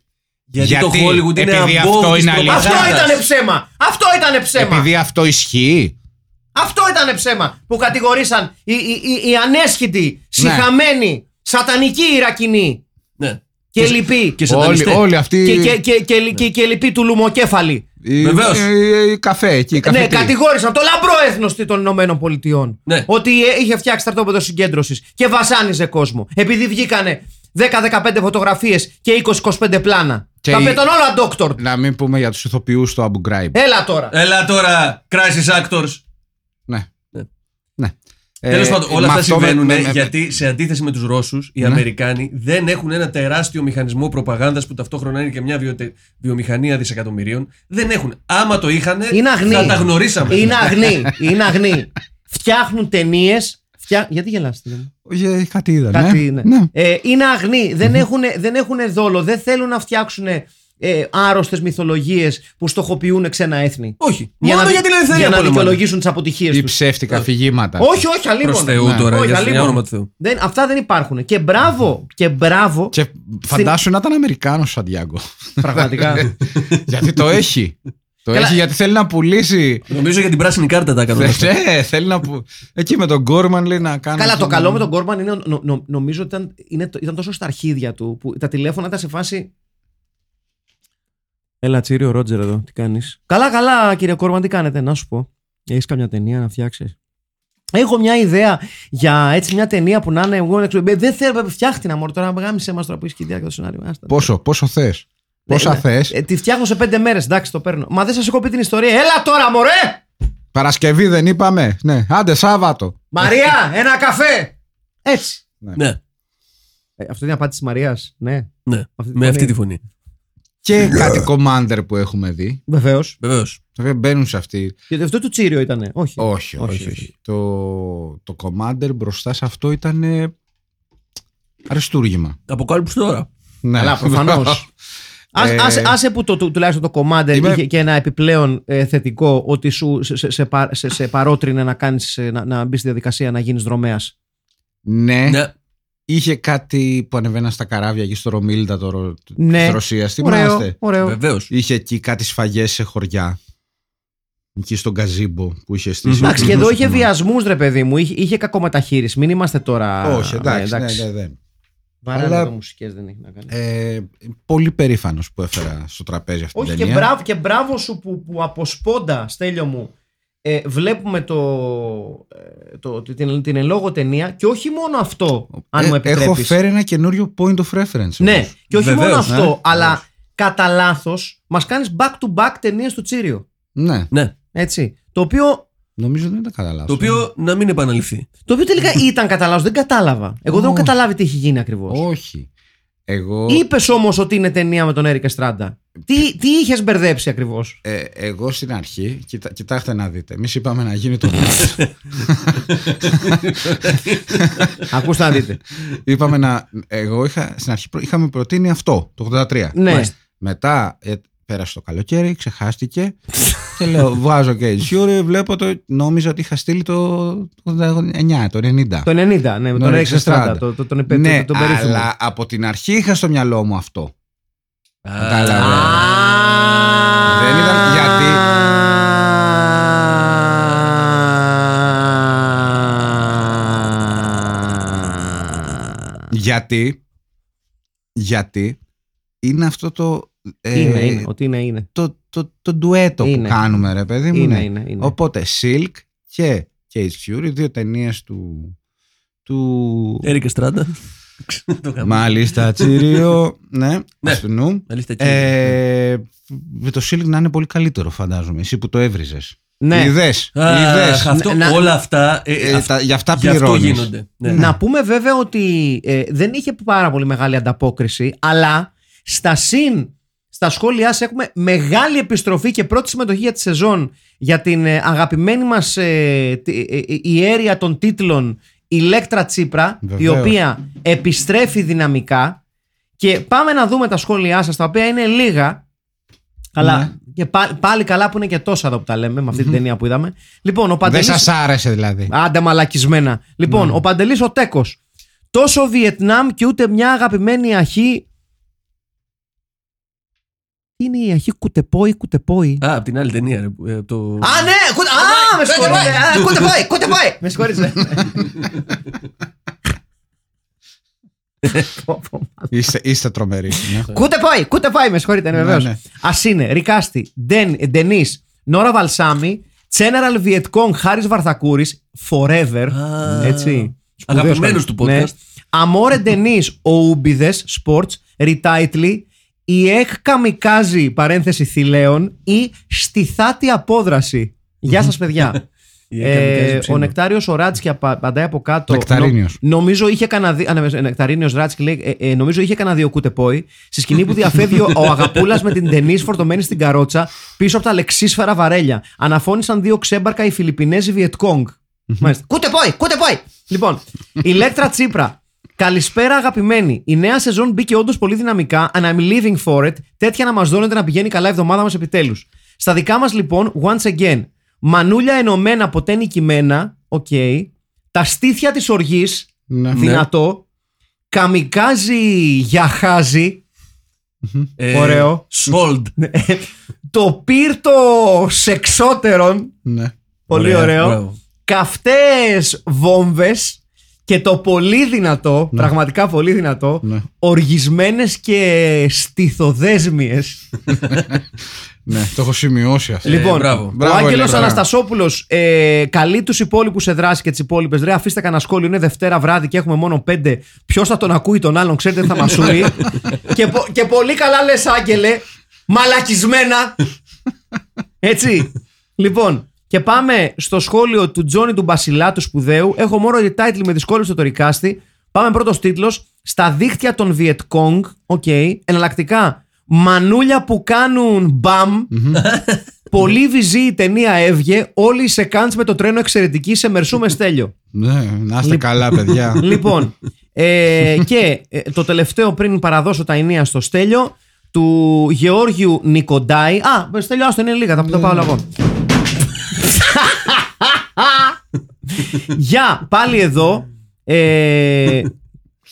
Speaker 3: Γιατί, το
Speaker 4: γιατί,
Speaker 3: Hollywood είναι
Speaker 4: επειδή
Speaker 3: αμπόβ
Speaker 4: αυτό
Speaker 3: της
Speaker 4: είναι αλήθεια.
Speaker 5: Αυτό
Speaker 3: προπαγάνδας.
Speaker 4: Λιζάρδας.
Speaker 5: ήταν ψέμα! Αυτό ήταν ψέμα!
Speaker 4: Επειδή αυτό ισχύει.
Speaker 5: Αυτό ήταν ψέμα που κατηγορήσαν οι, οι, οι, οι ανέσχυτοι,
Speaker 4: Ναι.
Speaker 5: συχαμένοι, σατανικοί Ιρακινοί
Speaker 3: Ναι.
Speaker 5: και λοιποί.
Speaker 3: Και
Speaker 4: Όλοι,
Speaker 3: σατανιστές.
Speaker 4: όλοι αυτοί.
Speaker 5: Και, και, και, και, και, και λοιποί του λουμοκέφαλοι.
Speaker 4: οι-
Speaker 3: Βεβαίως.
Speaker 4: οι- οι καφέ εκεί. οι
Speaker 5: Ναι,
Speaker 4: καφετοί.
Speaker 5: κατηγόρησαν το λαμπρό έθνος των Ηνωμένων Πολιτειών.
Speaker 3: Ναι.
Speaker 5: Ότι ε, είχε φτιάξει στρατόπεδο συγκέντρωσης και βασάνιζε κόσμο. Επειδή βγήκανε 10-15 φωτογραφίες και 20-25 πλάνα.
Speaker 4: Και
Speaker 5: Τα
Speaker 4: η-
Speaker 5: πέτανε όλα ντόκτορ.
Speaker 4: Να μην πούμε για τους ηθοποιούς στο Abu Ghraib.
Speaker 5: Έλα τώρα.
Speaker 3: Έλα τώρα, crisis actors.
Speaker 4: Ναι.
Speaker 3: Ναι.
Speaker 4: ναι. Ε,
Speaker 3: Τέλος πάντων, όλα
Speaker 4: με
Speaker 3: αυτά
Speaker 4: αυτό με-
Speaker 3: συμβαίνουν
Speaker 5: ε,
Speaker 3: ε,
Speaker 4: με- Ναι. με-
Speaker 3: γιατί σε αντίθεση με τους Ρώσους, οι Αμερικάνοι δεν έχουν ένα τεράστιο μηχανισμό προπαγάνδας που ταυτόχρονα είναι και μια βιοτε- βιομηχανία δισεκατομμυρίων. Δεν έχουν. Άμα το είχαν,
Speaker 5: Είναι αγνή.
Speaker 3: θα τα γνωρίσαμε.
Speaker 5: Είναι αγνή. Είναι αγνή. Φτιάχνουν ταινίες. Φτιά... Γιατί γελάς Τίλια μου?
Speaker 4: Για- Κάτι είδα.
Speaker 5: Κάτι
Speaker 4: ναι.
Speaker 5: είναι.
Speaker 4: ναι.
Speaker 5: Ε, είναι αγνή. Δεν, έχουν, δεν έχουνε δόλο. Δεν θέλουν να φτιάξουν ε, άρρωστες μυθολογίες που στοχοποιούν ξένα έθνη.
Speaker 3: Όχι.
Speaker 5: Για
Speaker 3: Μόνο
Speaker 5: να, δι-
Speaker 3: για την ελευθερία
Speaker 5: Για να
Speaker 3: πολεμάνε.
Speaker 5: δικαιολογήσουν τις αποτυχίες
Speaker 4: Ή
Speaker 5: τους.
Speaker 4: ψεύτικα αφηγήματα.
Speaker 5: Ε, Όχι, όχι, αλλήμον.
Speaker 3: Προς Θεού
Speaker 4: Ναι.
Speaker 3: τώρα,
Speaker 5: Όχι,
Speaker 3: για, για
Speaker 5: αλίμονο.
Speaker 3: όνομα του Θεού.
Speaker 5: Δεν, αυτά δεν υπάρχουν. Και μπράβο, και μπράβο.
Speaker 4: Και φαντάσου να ήταν Αμερικάνος ο Σαντιάγκο.
Speaker 5: Πραγματικά.
Speaker 4: γιατί το έχει. Το
Speaker 5: Καλά.
Speaker 4: έχει γιατί θέλει να πουλήσει.
Speaker 3: Νομίζω για την πράσινη κάρτα τα έκανα. αυτά.
Speaker 4: Ναι, θέλει να που... Εκεί με τον Γκόρμαν λέει να κάνω.
Speaker 5: Καλά,
Speaker 4: και
Speaker 5: το
Speaker 4: να-
Speaker 5: καλό με τον Κόρμαν είναι, νο- νο- νομίζω ότι ήταν, είναι, το- ήταν τόσο στα αρχίδια του που τα τηλέφωνα ήταν σε φάση. Έλα, Τσίρι, ο Ρότζερ εδώ, τι κάνεις. Καλά, καλά, κύριε Κόρμαν, τι κάνετε, να σου πω. Έχεις καμιά ταινία να φτιάξεις. Έχω μια ιδέα για έτσι μια ταινία που να είναι. εγώ δεν ξέρω, Ε, Δεν θέλω, φτιάχτη να μου τώρα, γάμισε μας τώρα που έχεις και διάρκεια το σενάριο. άστα.
Speaker 4: Πόσο, πόσο θες. Πόσα
Speaker 5: ναι.
Speaker 4: θες.
Speaker 5: Ε, τη φτιάχνω σε πέντε μέρες, εντάξει, το παίρνω. Μα δεν σας έχω πει την ιστορία. Έλα τώρα, μωρέ!
Speaker 4: Παρασκευή δεν είπαμε. Ναι, άντε Σάββατο.
Speaker 5: Μαρία, ένα καφέ! Έτσι.
Speaker 3: Ναι,
Speaker 5: Ε, αυτό είναι η απάντηση της Μαρίας, ναι.
Speaker 3: ναι.
Speaker 5: Αυτή τη
Speaker 3: Με αυτή
Speaker 5: φωνή.
Speaker 3: τη φωνή.
Speaker 4: Και κάτι κομμάντερ που έχουμε δει.
Speaker 5: Βεβαίως.
Speaker 3: Βεβαίως.
Speaker 4: Βέβαια μπαίνουν σε αυτή.
Speaker 5: Γιατί αυτό του Τσίριο ήταν. Όχι.
Speaker 4: Όχι, όχι.
Speaker 5: όχι.
Speaker 4: όχι. Το, το κομμάντερ μπροστά σε αυτό ήταν. ε, Αριστούργημα.
Speaker 3: Αποκάλυψη τώρα.
Speaker 4: Ναι.
Speaker 5: Καλά, προφανώς. Ας,
Speaker 4: Ε,
Speaker 5: άσε, άσε που το, του- τουλάχιστον το κομμάτι
Speaker 4: Είμαι-
Speaker 5: είχε και ένα επιπλέον ε, θετικό ότι σου σε, σε, σε, πα- σε- σε παρότρινε να, κάνεις, ε, να, να μπεις στη διαδικασία να γίνεις δρομέας. Ε.
Speaker 4: Ναι,
Speaker 3: Ναι.
Speaker 4: είχε κάτι που ανεβαίνα στα καράβια εκεί στο Ρομίλτα τώρα
Speaker 5: Ναι.
Speaker 4: της Ρωσίας.
Speaker 5: Ωραίο.
Speaker 4: Θυμάστε.
Speaker 5: ωραίο.
Speaker 3: Βεβαίως.
Speaker 4: Είχε εκεί κάτι σφαγές σε χωριά. Εκεί στον Καζίμπο που είχε στήσει.
Speaker 5: Εντάξει,
Speaker 4: ο
Speaker 5: και εδώ
Speaker 4: κοινός
Speaker 5: είχε
Speaker 4: του.
Speaker 5: βιασμούς, ρε παιδί μου. Είχε, είχε κακομεταχείριση. Μην είμαστε τώρα.
Speaker 4: Όχι, εντάξει. Ναι, ναι, ναι.
Speaker 5: Βαράνε
Speaker 4: Αλλά-
Speaker 5: τα μουσικές, δεν έχει να κάνει.
Speaker 4: Ε, πολύ περήφανος που έφερα στο τραπέζι αυτή
Speaker 5: Όχι,
Speaker 4: την
Speaker 5: και
Speaker 4: ταινία.
Speaker 5: μπράβο, και μπράβο σου που, που από σπόντα, Στέλιο μου, ε, βλέπουμε το, ε, το, την, την εν λόγω ταινία και όχι μόνο αυτό, αν
Speaker 4: Ε,
Speaker 5: μου
Speaker 4: έχω
Speaker 5: επιτρέπεις.
Speaker 4: φέρει ένα καινούριο point of reference.
Speaker 5: Ναι,
Speaker 4: όμως.
Speaker 5: και όχι μόνο
Speaker 3: Βεβαίως,
Speaker 5: αυτό,
Speaker 4: ναι.
Speaker 5: αλλά κατά λάθος μας κάνεις back-to-back ταινίες του Τσίριο.
Speaker 4: ναι.
Speaker 3: Ναι.
Speaker 5: Έτσι. Το οποίο,
Speaker 4: Νομίζω δεν τα καταλάβω.
Speaker 3: Το οποίο να μην επαναληφθεί.
Speaker 5: το οποίο τελικά ήταν κατά λάθος, δεν κατάλαβα. Εγώ δεν έχω
Speaker 4: Όχι.
Speaker 5: καταλάβει τι έχει γίνει ακριβώς.
Speaker 4: Όχι. Εγώ,
Speaker 5: Είπες όμως ότι είναι ταινία με τον Έρικα Στράντα. Τι, τι είχες μπερδέψει ακριβώς.
Speaker 4: ε, εγώ στην αρχή, κοιτά, κοιτάξτε να δείτε, εμείς είπαμε να γίνει το match.
Speaker 5: Ακούστε να δείτε.
Speaker 4: είπαμε να. Εγώ είχα, στην αρχή προ- είχαμε προτείνει αυτό, το 83.
Speaker 5: ναι.
Speaker 4: Μετά ε, πέρασε το καλοκαίρι, ξεχάστηκε. και λέω, βάζω και Jury, βλέπω το. Νόμιζα ότι είχα στείλει το 89, το 90.
Speaker 5: Το 90, ναι, με
Speaker 4: Τον
Speaker 5: τον Ρέξ
Speaker 4: Ρέξ
Speaker 5: Εστράντα.
Speaker 4: Εστράντα.
Speaker 5: Το, το, τον, επέ-
Speaker 4: ναι,
Speaker 5: το- τον περίφημο.
Speaker 4: αλλά από την αρχή είχα στο μυαλό μου αυτό. Κατάλαβα.
Speaker 5: Α,
Speaker 4: Δεν ήταν- γιατί- Γιατί. Γιατί είναι αυτό το. ε,
Speaker 5: Είναι, είναι. Ότι είναι, είναι.
Speaker 4: Το, το, το ντουέτο
Speaker 5: Είναι.
Speaker 4: που κάνουμε, ρε παιδί μου.
Speaker 5: Είναι,
Speaker 4: ναι.
Speaker 5: είναι, είναι.
Speaker 4: Οπότε Silk και Cage Fury, δύο ταινίες του. του...
Speaker 5: Ε,
Speaker 3: Έρικα Στράντα. Το κάνω.
Speaker 4: Μάλιστα, Τσίριο. ναι,
Speaker 3: Ναι.
Speaker 4: Αστυνού.
Speaker 3: Αλήθεια, κύριε.
Speaker 4: Ε, με το Silk να είναι πολύ καλύτερο, φαντάζομαι. Εσύ που το έβριζες.
Speaker 5: Ναι.
Speaker 4: Είδες.
Speaker 3: Αχ, αυτό-
Speaker 5: Να-
Speaker 3: Όλα αυτά. ε, αυ-
Speaker 4: για αυτά
Speaker 3: Γι' αυτό
Speaker 4: πληρώνεις.
Speaker 3: γίνονται. Ναι.
Speaker 5: Να πούμε βέβαια ότι ε, δεν είχε πάρα πολύ μεγάλη ανταπόκριση, αλλά στα συν, στα σχόλιά σε έχουμε μεγάλη επιστροφή και πρώτη συμμετοχή για τη σεζόν για την ε, αγαπημένη μας ε, τη- ε, ε, ιέρεια των τίτλων Ηλέκτρα Τσίπρα,
Speaker 4: Βεβαίως.
Speaker 5: η οποία επιστρέφει δυναμικά και πάμε να δούμε τα σχόλιά σας, τα οποία είναι λίγα, αλλά
Speaker 4: Ναι.
Speaker 5: και πά- πάλι καλά που είναι και τόσα εδώ που τα λέμε με αυτή την ταινία που είδαμε. Λοιπόν, ο
Speaker 7: Δεν
Speaker 5: Παντελής...
Speaker 7: σας άρεσε δηλαδή.
Speaker 5: Άντε μαλακισμένα. Λοιπόν, ο Παντελής ο Τέκος. Τόσο Βιετνάμ και ούτε μια αγαπημένη αχή... Τι είναι η αχή κουτεπόη, κουτεπόη.
Speaker 3: Α, από την άλλη ταινία. ρε, που, ε, το...
Speaker 5: Α, ναι! Κουτε... Α, με συγχωρείτε. Α, Κουτεπόη, κουτεπόη. Με συγχωρείτε. Πω, πω.
Speaker 4: Είστε, είστε τρομεροί. ναι.
Speaker 3: Ε.
Speaker 5: Κούτε πάει, κούτε πάει, με συγχωρείτε, ναι,
Speaker 4: Ναι,
Speaker 5: βεβαίως.
Speaker 4: ναι.
Speaker 5: Ας είναι, Ρικάστη, Ντεν, Ντενή, Νόρα Βαλσάμι, General Vietcong, Χάρη Βαρθακούρης, Forever.
Speaker 3: Α.
Speaker 5: έτσι.
Speaker 3: Αγαπημένος
Speaker 5: Σπουδαίος
Speaker 3: του
Speaker 5: χάρης.
Speaker 3: podcast.
Speaker 5: Αμόρε Ντενή, ο Ούμπιδες, Sports, Ριτάιτλι, η ΕΚ Καμικάζη, παρένθεση θηλαίων, ή στη θάτη απόδραση. Γεια σας, παιδιά.
Speaker 3: Η Έκα
Speaker 5: Ε,
Speaker 3: Μικάζη
Speaker 5: ο
Speaker 3: Ψήνου.
Speaker 5: Νεκτάριο ο Ράτσκι απα- απαντάει από κάτω.
Speaker 4: Νεκταρίνιος.
Speaker 5: Νο- νομίζω είχε κανένα. δι- Α, ναι, Νεκταρίνιος Ράτσκι λέει. Ε, ε, νομίζω είχε κανένα δύο κουτεπόι. Στη σκηνή που διαφεύγει ο, ο Αγαπούλας με την ταινή φορτωμένη στην καρότσα πίσω από τα λεξίσφαιρα βαρέλια. Αναφώνησαν δύο ξέμπαρκα οι Φιλιππινέζοι Βιετκόγκ. Μάλιστα. Κουτεπόι, κουτεπόι! Λοιπόν, Ηλέκτρα Τσίπρα. Καλησπέρα, αγαπημένοι. Η νέα σεζόν μπήκε όντως πολύ δυναμικά. And I'm living for it. Τέτοια να μας δώνετε να πηγαίνει καλά η εβδομάδα μας επιτέλους. Στα δικά μας λοιπόν, once again. Μανούλια ενωμένα ποτέ νικημένα. Οκ. Τα στήθια της οργής.
Speaker 4: Ναι.
Speaker 5: Δυνατό. Καμικάζει για χάζι.
Speaker 3: Ε,
Speaker 5: ωραίο. Ναι,
Speaker 3: Sold.
Speaker 5: Το πύρτο σεξότερον.
Speaker 4: ναι.
Speaker 5: Πολύ ωραίο.
Speaker 3: μπράβο.
Speaker 5: καυτές βόμβες και το πολύ δυνατό, πραγματικά πολύ δυνατό,
Speaker 4: Ναι.
Speaker 5: οργισμένες και στιθοδέσμιες.
Speaker 4: ναι, το έχω σημειώσει αυτό.
Speaker 5: λοιπόν,
Speaker 3: μπράβο.
Speaker 5: ο
Speaker 4: Ε, Μπράβο,
Speaker 5: Άγγελος
Speaker 4: Ελένη,
Speaker 5: Αναστασόπουλος ε, καλεί τους υπόλοιπους σε δράση και τις υπόλοιπες. Ρε, αφήστε κανένα σχόλιο, είναι Δευτέρα βράδυ και έχουμε μόνο πέντε. Ποιος θα τον ακούει τον άλλον, ξέρετε θα μας σούρει. και, πο- και πολύ καλά λες Άγγελε, μαλακισμένα. Έτσι. λοιπόν, και πάμε στο σχόλιο του Τζόνι του Μπασιλά του σπουδαίου. Έχω μόνο retitle με δυσκόλυψη το ρικάστη. Πάμε πρώτος τίτλος. Στα δίχτυα των Βιετκόγκ. Οκ. Εναλλακτικά. Μανούλια που κάνουν μπαμ. Πολύ βυζή η ταινία έβγε. Όλοι οι σεκάντς με το τρένο εξαιρετική σε μερσού με στέλιο.
Speaker 4: Ναι, να είστε καλά, παιδιά.
Speaker 5: λοιπόν, ε, και ε, το τελευταίο πριν παραδώσω τα ενία στο Στέλιο, του Γεώργιου Νικοντάη. Α, μπες, τελειώστε, είναι λίγα, θα το πάω εγώ. Γεια, πάλι εδώ. Ε, ε,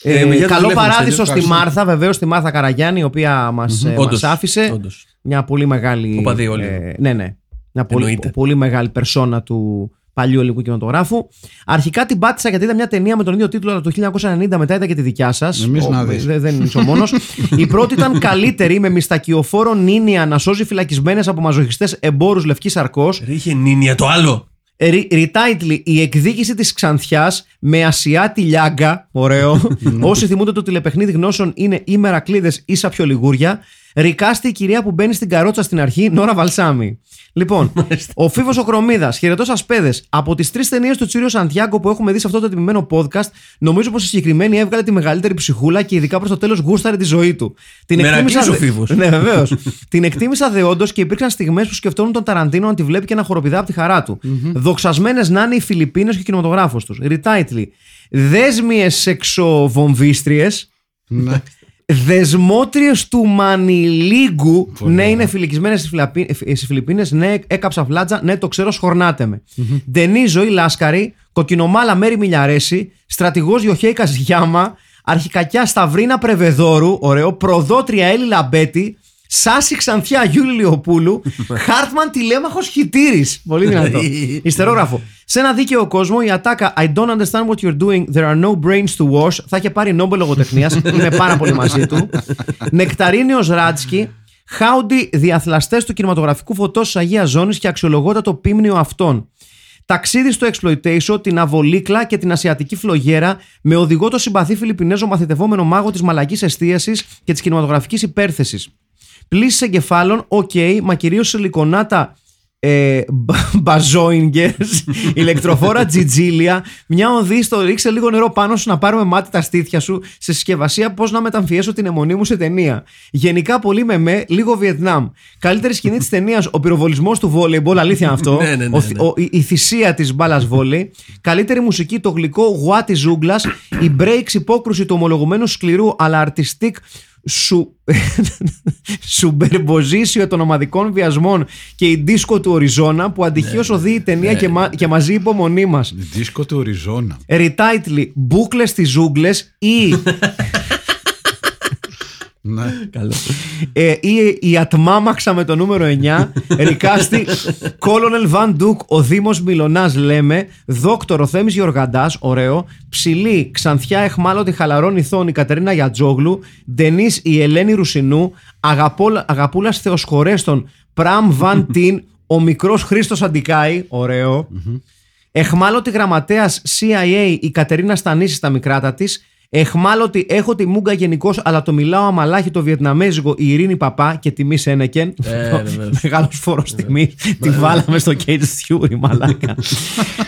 Speaker 3: Ε, με για το
Speaker 5: καλό
Speaker 3: τηλέφωνο,
Speaker 5: παράδεισο
Speaker 3: Στέλιο,
Speaker 5: στη
Speaker 3: ευχαριστώ.
Speaker 5: Μάρθα, βεβαίως στη Μάρθα Καραγιάννη, η οποία μας
Speaker 3: Όντως,
Speaker 5: Ε, άφησε.
Speaker 3: όντως.
Speaker 5: Μια πολύ μεγάλη.
Speaker 3: Οπαδοί όλοι.
Speaker 5: ναι, ναι. Μια πολύ,
Speaker 3: Εννοείται.
Speaker 5: πολύ μεγάλη περσόνα του παλιού ελληνικού κινηματογράφου. Αρχικά την πάτησα γιατί ήταν μια ταινία με τον ίδιο τίτλο, αλλά το 1990 μετά ήταν και τη δικιά σας.
Speaker 7: Νομίζεις να δεις.
Speaker 5: δεν είσαι ο μόνος. η πρώτη ήταν καλύτερη με μιστακιοφόρο νίνια να σώζει φυλακισμένες από μαζοχιστές εμπόρους λευκής αρκός.
Speaker 3: Ρίχε νίνια το άλλο.
Speaker 5: Re- Ε, Retitle Η εκδίκηση της Ξανθιάς με Ασιάτη Λιάγκα. Ωραίο.
Speaker 3: Ναι.
Speaker 5: Όσοι θυμούνται το τηλεπαιχνίδι γνώσεων είναι ή Μερακλείδες ή Σαπιολιγούρια. Ρικάστη η κυρία που μπαίνει στην καρότσα στην αρχή, Νόρα Βαλσάμι. Λοιπόν, ο Φίβος ο Κρομίδα, χαιρετό Ασπέδε. Από τις τρεις ταινίες του Τσίριο Σαντιάγκο που έχουμε δει σε αυτό το τιμημένο podcast, νομίζω πως η συγκεκριμένη έβγαλε τη μεγαλύτερη ψυχούλα και ειδικά προς το τέλος γούσταρε τη ζωή του. Την
Speaker 3: Μερακλής
Speaker 5: εκτίμησα
Speaker 3: ο
Speaker 5: δε-
Speaker 3: Φίβος.
Speaker 5: Ναι, βεβαίως. την εκτίμησα δεόντως και υπήρξαν στιγμές που σκεφτόμουν τον Ταραντίνο να τη βλέπει και να χοροπηδά από τη χαρά του. Δοξασμένες να είναι οι Φιλιππίνες και ο κινηματογράφος τους. Ριτάιτλι. Δέσμιες σεξοβομβίστριες.
Speaker 7: Ναι.
Speaker 5: Δεσμότριες του Μανιλίγκου.
Speaker 7: Πολύ
Speaker 5: ναι,
Speaker 7: ωραία.
Speaker 5: είναι φιλικισμένες στις Φιλιππίνε. ε, Ναι, έκαψα φλάτζα. Ναι, το ξέρω, σχορνάτε με. Ντενή ζωή Λάσκαρη. Κοκκινομάλα Μέρι Μιλιαρέση. Στρατηγός Γιοχέη Καζιάμα. Αρχικακιά Σταυρίνα Πρεβεδόρου. Ωραίο. Προδότρια Έλλη Λαμπέτη. Σάση Ξανθιά Γιούλη Λιοπούλου. Χάρτμαν τηλέμαχος Χιτήρης. Πολύ δυνατό. Ιστερόγραφο. Σε ένα δίκαιο κόσμο η ατάκα I don't understand what you're doing, there are no brains to wash θα είχε πάρει νόμπελ λογοτεχνίας. Είμαι πάρα πολύ μαζί του. Νεκταρίνιο Ράτσκι. Χάουντι διαθλαστές του κινηματογραφικού φωτός της Αγίας Ζώνης και αξιολογότατο πίμνιο αυτών. Ταξίδι στο Exploitation, την Αβολίκλα και την Ασιατική Φλογέρα με οδηγό το συμπαθή Φιλιππινέζο μαθητευόμενο μάγο της μαλακής εστίασης και της κινηματογραφικής υπέρθεσης. Πλήση εγκεφάλων, οκ, μα κυρίως σιλικονάτα ε, μπαζόινγκε, ηλεκτροφόρα τζιτζίλια, μια οδή στο ρίξε λίγο νερό πάνω σου να πάρουμε μάτι τα στήθια σου, σε συσκευασία πώς να μεταμφιέσω την αιμονή μου σε ταινία. Γενικά πολύ με με, λίγο Βιετνάμ. Καλύτερη σκηνή της ταινίας, ο πυροβολισμός του βόλεϊμπολ, αλήθεια είναι αυτό.
Speaker 3: Ναι, ναι, ναι,
Speaker 5: Ο θ-
Speaker 3: ναι.
Speaker 5: ο- η, η θυσία της μπάλας βόλη. Καλύτερη μουσική, το γλυκό γουά τη ζούγκλας. Η breaks υπόκρουση του ομολογουμένου σκληρού αλλά αρτιστικ σου, σουμπερμποζίσιο των ομαδικών βιασμών και η δίσκο του Οριζόνα που αντυχείως οδεί η ταινία και, μα- και μαζί η υπομονή μας.
Speaker 7: Δίσκο του Οριζόνα.
Speaker 5: Ριτάιτλι, μπούκλες στις ζούγκλες ή
Speaker 7: Ναι.
Speaker 3: Καλό.
Speaker 5: ε, ή η ατμάμαξα με το νούμερο 9, ρικάστη Κόλονελ Βαν Ντούκ, ο Δήμος Μιλονά λέμε, δόκτωρο Θέμης Γιοργαντά, ωραίο, ψηλή, ξανθιά εχμάλωτη χαλαρών ηθών η Κατερίνα Γιατζόγλου, ντενής η Ελένη Ρουσινού, αγαπούλα Θεοσχορέστων, Πραμ Βαν Τιν, ο μικρός Χρήστος Αντικάη, ωραίο. Εχμάλωτη γραμματέας CIA η Κατερίνα Στανίση στα μικράτα της. Εχμάλωτη έχω τη μούγκα γενικώς, αλλά το μιλάω αμαλάχη το Βιετναμέζικο η Ειρήνη Παπά και τιμή Σένεκεν.
Speaker 3: Ε, βεβαίως.
Speaker 5: Μεγάλος φόρος τιμή. Τη βάλαμε στο Cage Theory, μαλάκα.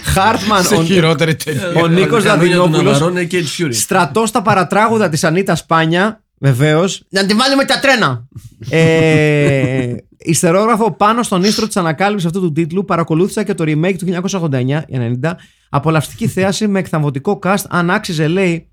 Speaker 5: Χάρτμαν,
Speaker 7: Σε
Speaker 5: ο-
Speaker 7: χειρότερη ταινία.
Speaker 3: Ε,
Speaker 5: ο Νίκο Δαβινόπουλο.
Speaker 3: Ναβαρόν και Fury.
Speaker 5: Στρατός στα παρατράγουδα της Ανίτα Σπάνια. Βεβαίως. Να τη βάλουμε τα τρένα. ε, ιστερόγραφο πάνω στον ίστρο της ανακάλυψης αυτού του τίτλου παρακολούθησα και το remake του 1989-90. Απολαυστική θέαση με εκθαμβωτικό cast. Αν άξιζε, λέει.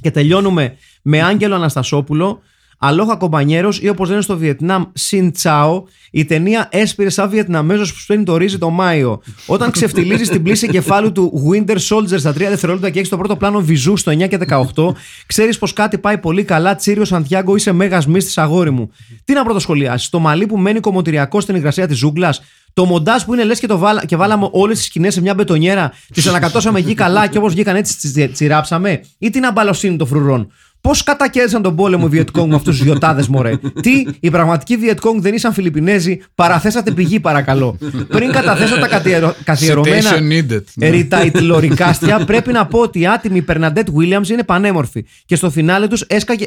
Speaker 5: Και τελειώνουμε με Άγγελο Αναστασόπουλο. Αλόχα κομπανιέρος ή όπως λένε στο Βιετνάμ, Σιν Τσάο. Η ταινία έσπηρε σαν Βιετναμέζος που σπαίνει το ρύζι το Μάιο. Όταν ξεφτιλίζει την πλήση κεφάλου του Winter Soldier στα 3 δευτερόλεπτα και έχεις το πρώτο πλάνο βυζού στο 9 και 18, ξέρεις πως κάτι πάει πολύ καλά. Τσίριο Σαντιάγκο, είσαι μέγας μίστη αγόρι μου. Τι να πρωτοσχολιάσεις, το μαλλί που μένει κομμωτηριακό στην υγρασία της ζούγκλας, το μοντάζ που είναι λες και, το βάλα, και βάλαμε όλες τις σκηνές σε μια μπετονιέρα, τις ανακατώσαμε εκεί καλά και όπως βγήκαν έτσι τις τσι- τσιράψαμε, ή την αμπαλοσύνη των φρουρών. Πώς κατακέρδισαν τον πόλεμο οι Βιετκόγκ με αυτούς τους γιοτάδες, μωρέ. Τι, οι πραγματικοί Βιετκόγκ δεν ήσαν Φιλιππινέζοι, παραθέσατε πηγή, παρακαλώ. Πριν καταθέσω τα κατιερω- καθιερωμένα.
Speaker 7: Citation needed. Ναι.
Speaker 5: Ριταϊτλορικάστια, πρέπει να πω ότι η άτιμη Περναντέτ Williams είναι πανέμορφη. Και στο φινάλε τους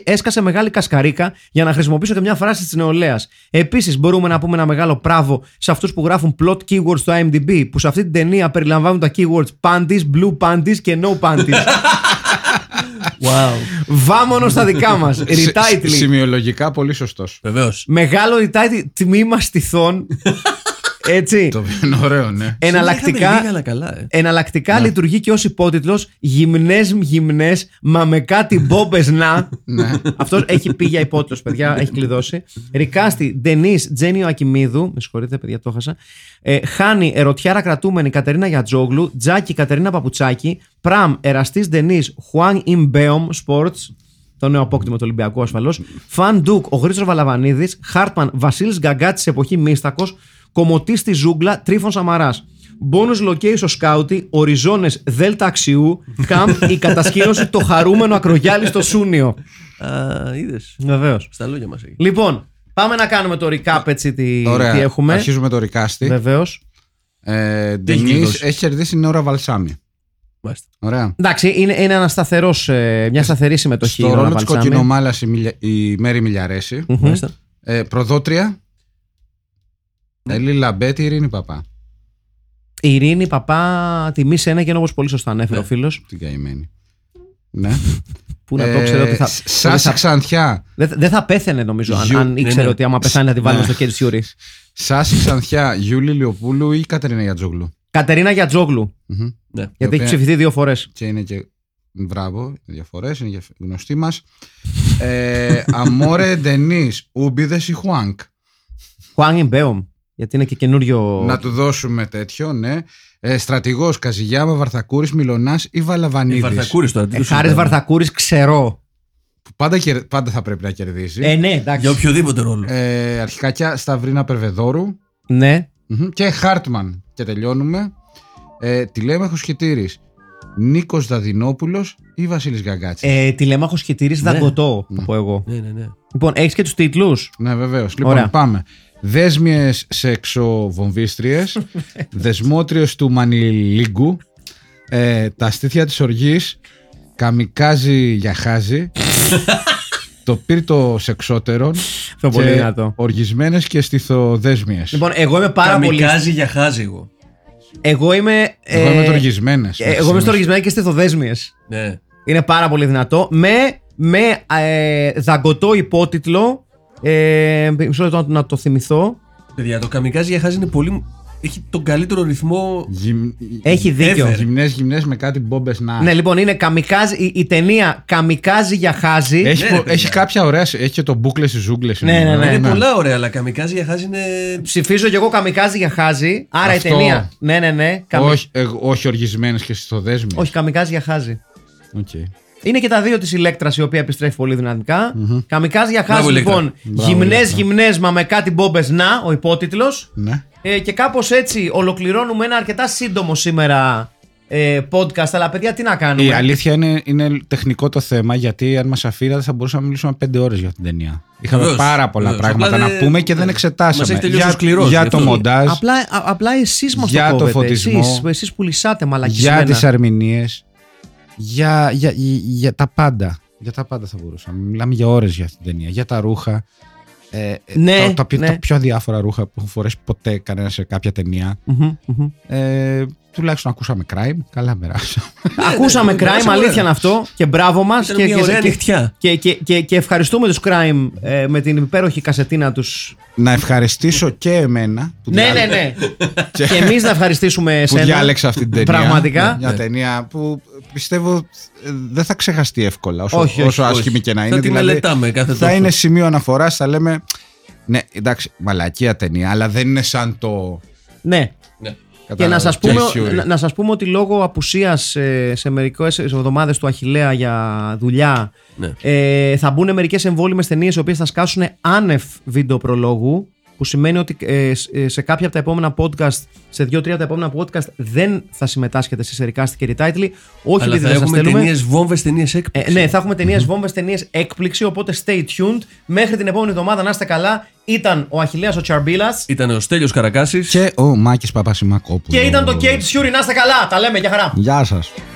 Speaker 5: έσκασε μεγάλη κασκαρίκα για να χρησιμοποιήσω και μια φράση της νεολαίας. Επίσης, μπορούμε να πούμε ένα μεγάλο πράβο σε αυτούς που γράφουν plot keywords στο IMDb, που σε αυτή την ταινία περιλαμβάνουν τα keywords panties, blue panties και no panties.
Speaker 3: Wow.
Speaker 5: Βάμονο στα δικά μας.
Speaker 7: Σι-
Speaker 5: Ριτάιτλι.
Speaker 7: Σημειολογικά πολύ σωστός.
Speaker 3: Βεβαίως.
Speaker 5: Μεγάλο ρητάιτλι τμήμα στιθών. Έτσι.
Speaker 4: Το οποίο είναι ωραίο, ναι.
Speaker 3: Είχαμε λίγα,
Speaker 5: Ε, Εναλλακτικά,
Speaker 3: αλλά καλά, ε.
Speaker 5: εναλλακτικά λειτουργεί και ως υπότιτλος Γυμνές γυμνές, μα με κάτι μπόμπες να.
Speaker 4: ναι.
Speaker 5: Αυτός έχει πει για υπότιτλος, παιδιά, έχει κλειδώσει. Ρικάστη, Ντενή, Τζένιο Ακυμίδου. Με συγχωρείτε, παιδιά, το χάσα. Ε, Χάνη, Ερωτιάρα Κρατούμενη, Κατερίνα Γιατζόγλου. Τζάκι, Κατερίνα Παπουτσάκη. Πραμ, Εραστής Ντενή, Χουάν Ιμπέομ Sports. Το νέο απόκτημα του Ολυμπιακού ασφαλώς. Φαν Ντουκ, ο Χρήστο Βαλαβανίδης. Χάρτμαν, Βασίλης Γκαγκά τη εποχή Μίστακος. Κομωτής στη Ζούγκλα, Τρίφων Σαμαράς. Bonus location σκάουτι, οριζόνες Δέλτα Αξιού, Καμπ, η κατασκήνωση το χαρούμενο ακρογιάλι στο Σούνιο.
Speaker 3: Α, είδες.
Speaker 5: Βεβαίως.
Speaker 3: Στα λόγια μας έχει.
Speaker 5: Λοιπόν, πάμε να κάνουμε το recap έτσι τι,
Speaker 4: Ωραία.
Speaker 5: τι έχουμε.
Speaker 4: Αρχίζουμε το ρικάστη.
Speaker 5: Βεβαίως.
Speaker 4: Ε,
Speaker 3: έχει
Speaker 4: Ντενής
Speaker 3: κλειδώσει.
Speaker 4: έχει κερδίσει η Νόρα Βαλσάμι.
Speaker 3: Μάλιστα.
Speaker 4: Ωραία.
Speaker 5: Εντάξει, είναι, είναι ένα σταθερός, ε, μια σταθερή συμμετοχή. η
Speaker 4: Στο
Speaker 5: Ρώνα
Speaker 4: ρόλο της
Speaker 5: Παλτσάμι.
Speaker 4: κοκκινομάλα η, Μιλια... η Μέρη Μιλιαρέση.
Speaker 5: Μμμ.
Speaker 3: Μάλιστα.
Speaker 4: Ε, προδότρια. Ελή Λαμπέτη, Ειρήνη Παπά.
Speaker 5: Η Ειρήνη Παπά, τιμή σε ένα και όπως πολύ σωστά ανέφερε
Speaker 3: Ναι.
Speaker 5: ο φίλος.
Speaker 4: Την καημένη. Ναι.
Speaker 5: Που να το
Speaker 4: Ε,
Speaker 5: ξέρω ότι θα.
Speaker 4: σ-
Speaker 5: ότι
Speaker 4: Σάση
Speaker 5: θα-
Speaker 4: Ξανθιά.
Speaker 5: Δεν θα- δεν θα πέθαινε νομίζω αν,
Speaker 4: Γιου-
Speaker 5: αν
Speaker 3: ναι,
Speaker 5: ήξερε
Speaker 3: ναι.
Speaker 5: ότι άμα πεθάνει θα τη βάλουμε
Speaker 4: Ναι.
Speaker 5: στο κέντρο Σιούρι.
Speaker 4: Σάση Ξανθιά, Γιούλη Λιοπούλου ή Κατερίνα Γιατζόγλου.
Speaker 5: Κατερίνα Γιατζόγλου.
Speaker 4: Μμμ.
Speaker 3: Ναι.
Speaker 5: Γιατί
Speaker 4: οποία-
Speaker 5: έχει ψηφιστεί δύο φορές.
Speaker 4: και είναι και μπράβο, διαφορές, είναι και γνωστή μας. Ε, Αμόρε Ντενής, Ούμπιδες ή Χουάνκ.
Speaker 5: Χουάνιν Μπέομ. Γιατί είναι και καινούριο. Ε,
Speaker 4: Να του δώσουμε τέτοιο, ναι. Ε, Στρατηγός Καζιγιάμα, Βαρθακούρη, Μιλονά ή Βαλαβανίδης.
Speaker 3: Βαρθακούρης τώρα. τι το
Speaker 5: Χάρη
Speaker 3: συζητάμε.
Speaker 5: Βαρθακούρη, ξερό.
Speaker 4: Πάντα, κερ- πάντα θα πρέπει να κερδίσει.
Speaker 5: Ε,
Speaker 4: Ε,
Speaker 5: ναι, εντάξει.
Speaker 3: Για οποιοδήποτε ρόλο.
Speaker 5: Ε,
Speaker 4: αρχικά και Σταυρίνα Περβεδόρου
Speaker 5: Ναι.
Speaker 4: Μμμ. και Χάρτμαν. Και τελειώνουμε. Ε, Τηλέμαχος Χιτήρης, Νίκος Δαδινόπουλο ή Βασίλης Γκαγκάτσης.
Speaker 5: Ε, τηλέμαχος χιτήρι
Speaker 3: Ναι.
Speaker 5: δαγκωτό, θα πω εγώ.
Speaker 3: Ναι, ναι, ναι.
Speaker 5: Λοιπόν, έχεις και τους τίτλους.
Speaker 4: Ναι, βεβαίως. Λοιπόν,
Speaker 5: Ωραία.
Speaker 4: πάμε. Δέσμιες σεξοβομβίστριες,
Speaker 5: Ναι.
Speaker 4: δεσμότριες του Μανιλίγκου, ε, τα στήθια της οργής, καμικάζι για χάζι, το πύρτο σεξότερων,
Speaker 5: Πιο πολύ δυνατό.
Speaker 4: οργισμένες και στιθοδέσμιες.
Speaker 5: Λοιπόν, εγώ είμαι πάρα πολύ.
Speaker 3: Καμικάζει για χάζι εγώ.
Speaker 5: Εγώ είμαι.
Speaker 4: Εγώ είμαι το οργισμένες.
Speaker 5: ε, εγώ είμαι στο οργισμένο και στεθοδέσμιε.
Speaker 3: Ναι.
Speaker 5: Είναι πάρα πολύ δυνατό. Με, με ε, δαγκωτό υπότιτλο. Ε, μισό λεπτό να το- να το θυμηθώ.
Speaker 3: Παιδιά, το καμικάζει για χάζι είναι πολύ. Έχει τον καλύτερο ρυθμό.
Speaker 5: Έχει δίκιο.
Speaker 3: Ever.
Speaker 4: Γυμνές, γυμνές με κάτι μπόμπες να.
Speaker 5: Ναι, λοιπόν, είναι καμικάζ, η, η ταινία Καμικάζι για χάζι.
Speaker 4: Έχει,
Speaker 3: Ναι,
Speaker 4: πο-
Speaker 3: ρε, παιδιά.
Speaker 4: έχει κάποια ωραία. σε- Έχει και το μπουκλε στις ζούγκλες.
Speaker 5: Ναι, ναι, ναι.
Speaker 3: είναι πολλά ωραία, αλλά καμικάζει για χάζι είναι.
Speaker 5: Ψηφίζω κι εγώ Καμικάζι για χάζι. Άρα
Speaker 4: Αυτό.
Speaker 5: η ταινία. Ναι, ναι, ναι. Καμι...
Speaker 4: Όχι, ε, όχι οργισμένες και στιθοδέσμιε.
Speaker 5: όχι, Καμικάζι για χάζι.
Speaker 4: Οκ.
Speaker 5: Είναι και τα δύο της ηλέκτρας η οποία επιστρέφει πολύ δυναμικά. Καμικάζ για χάζι,
Speaker 3: Μπράβο, Ηλέκτρα.
Speaker 5: λοιπόν.
Speaker 4: Μπράβο,
Speaker 5: Γυμνές,
Speaker 4: Ηλέκτρα.
Speaker 5: γυμνέ, μα με κάτι μπόμπες να, ο υπότιτλος.
Speaker 4: Ναι.
Speaker 5: Ε, και κάπως έτσι ολοκληρώνουμε ένα αρκετά σύντομο σήμερα ε, podcast. Αλλά παιδιά, τι να κάνουμε.
Speaker 4: Η αλήθεια είναι, είναι τεχνικό το θέμα γιατί αν μας αφήνατε θα μπορούσαμε να μιλήσουμε πέντε ώρες για την ταινία. Είχαμε
Speaker 3: Βεβαίως,
Speaker 4: πάρα πολλά
Speaker 3: βεβαίως.
Speaker 4: πράγματα
Speaker 3: Απλά
Speaker 4: να
Speaker 3: δεν-
Speaker 4: πούμε και δεν
Speaker 3: ναι. Μας
Speaker 4: εξετάσαμε.
Speaker 3: έχει τελειώσει
Speaker 4: για
Speaker 3: ο σκληρός,
Speaker 4: για
Speaker 3: γι'
Speaker 4: το
Speaker 3: αυτό.
Speaker 4: μοντάζ,
Speaker 5: Απλά, α- απλά εσείς μας
Speaker 4: Για
Speaker 5: το
Speaker 4: το
Speaker 5: κόβετε.
Speaker 4: φωτισμό.
Speaker 5: Εσείς, εσείς πουλησάτε μαλακισμένα.
Speaker 4: για τις αρμηνίες, για, για, για, για τα πάντα. Για τα πάντα θα μπορούσαμε. Μιλάμε για ώρες για αυτή την ταινία. Για τα ρούχα. Ε, ε,
Speaker 5: Ναι,
Speaker 4: τα, τα, πιο-
Speaker 5: ναι.
Speaker 4: τα πιο αδιάφορα ρούχα που έχουν φορέσει ποτέ κανένα σε κάποια ταινία.
Speaker 5: Μμμ, μμμ.
Speaker 4: Ε, τουλάχιστον ακούσαμε crime. Καλά περάσαμε.
Speaker 5: Ακούσαμε
Speaker 3: ναι,
Speaker 5: crime,
Speaker 3: ναι,
Speaker 5: αλήθεια
Speaker 3: ναι.
Speaker 5: είναι αυτό. Και μπράβο μας.
Speaker 3: Ήταν μια ωραία νυχτιά.
Speaker 5: και, και, και, και ευχαριστούμε τους Crime ε, με την υπέροχη κασετίνα τους.
Speaker 4: να ευχαριστήσω και εμένα. Που
Speaker 5: Ναι, ναι,
Speaker 4: διάλεξα-
Speaker 5: ναι. και εμείς να ευχαριστήσουμε
Speaker 4: που
Speaker 5: εσένα.
Speaker 4: διάλεξα αυτή την ταινία. Ναι,
Speaker 5: Πραγματικά.
Speaker 4: Μια ταινία που πιστεύω ε, δεν θα ξεχαστεί εύκολα όσο,
Speaker 5: Όχι, όχι,
Speaker 4: όσο
Speaker 3: όχι.
Speaker 4: άσχημη και να
Speaker 3: Θα
Speaker 4: είναι. δηλαδή,
Speaker 3: τη μελετάμε κάθε
Speaker 4: θα
Speaker 3: τόσο.
Speaker 4: είναι σημείο αναφοράς, θα λέμε. Ναι, εντάξει, μαλακία ταινία, αλλά δεν είναι σαν το.
Speaker 5: Ναι.
Speaker 3: Ναι.
Speaker 5: Και να
Speaker 4: κατάλαβες,
Speaker 5: σας,
Speaker 4: Jay
Speaker 5: πούμε,
Speaker 4: Fury.
Speaker 5: να, να σας πούμε ότι λόγω απουσίας ε, σε μερικές εβδομάδες του Αχιλέα για δουλειά
Speaker 3: Ναι.
Speaker 5: ε, θα μπουν μερικές εμβόλυμες ταινίες οι οποίες θα σκάσουν άνευ βίντεο προλόγου που σημαίνει ότι ε, σ- ε, σε κάποια από τα επόμενα podcast, σε δύο-τρία από τα επόμενα podcast δεν θα συμμετάσχετε σε ερικάστη και retitle. Όχι
Speaker 3: Αλλά θα
Speaker 5: επειδή δεν σας
Speaker 3: έχουμε
Speaker 5: θέλουμε.
Speaker 3: ταινίες βόμβες, ταινίες έκπληξη.
Speaker 5: Ε, ναι, θα έχουμε ταινίες βόμβες, ταινίες έκπληξη. Οπότε stay tuned. Μέχρι την επόμενη εβδομάδα να είστε καλά. Ήταν ο Αχηλέα ο Τσαρμπίλας
Speaker 3: Ήταν ο Στέλιος Καρακάσης
Speaker 4: Και ο Μάκης Παπασημακόπουλος.
Speaker 5: και ήταν το Cage Fury. Να είστε καλά. Τα λέμε για χαρά.
Speaker 4: Γεια σας.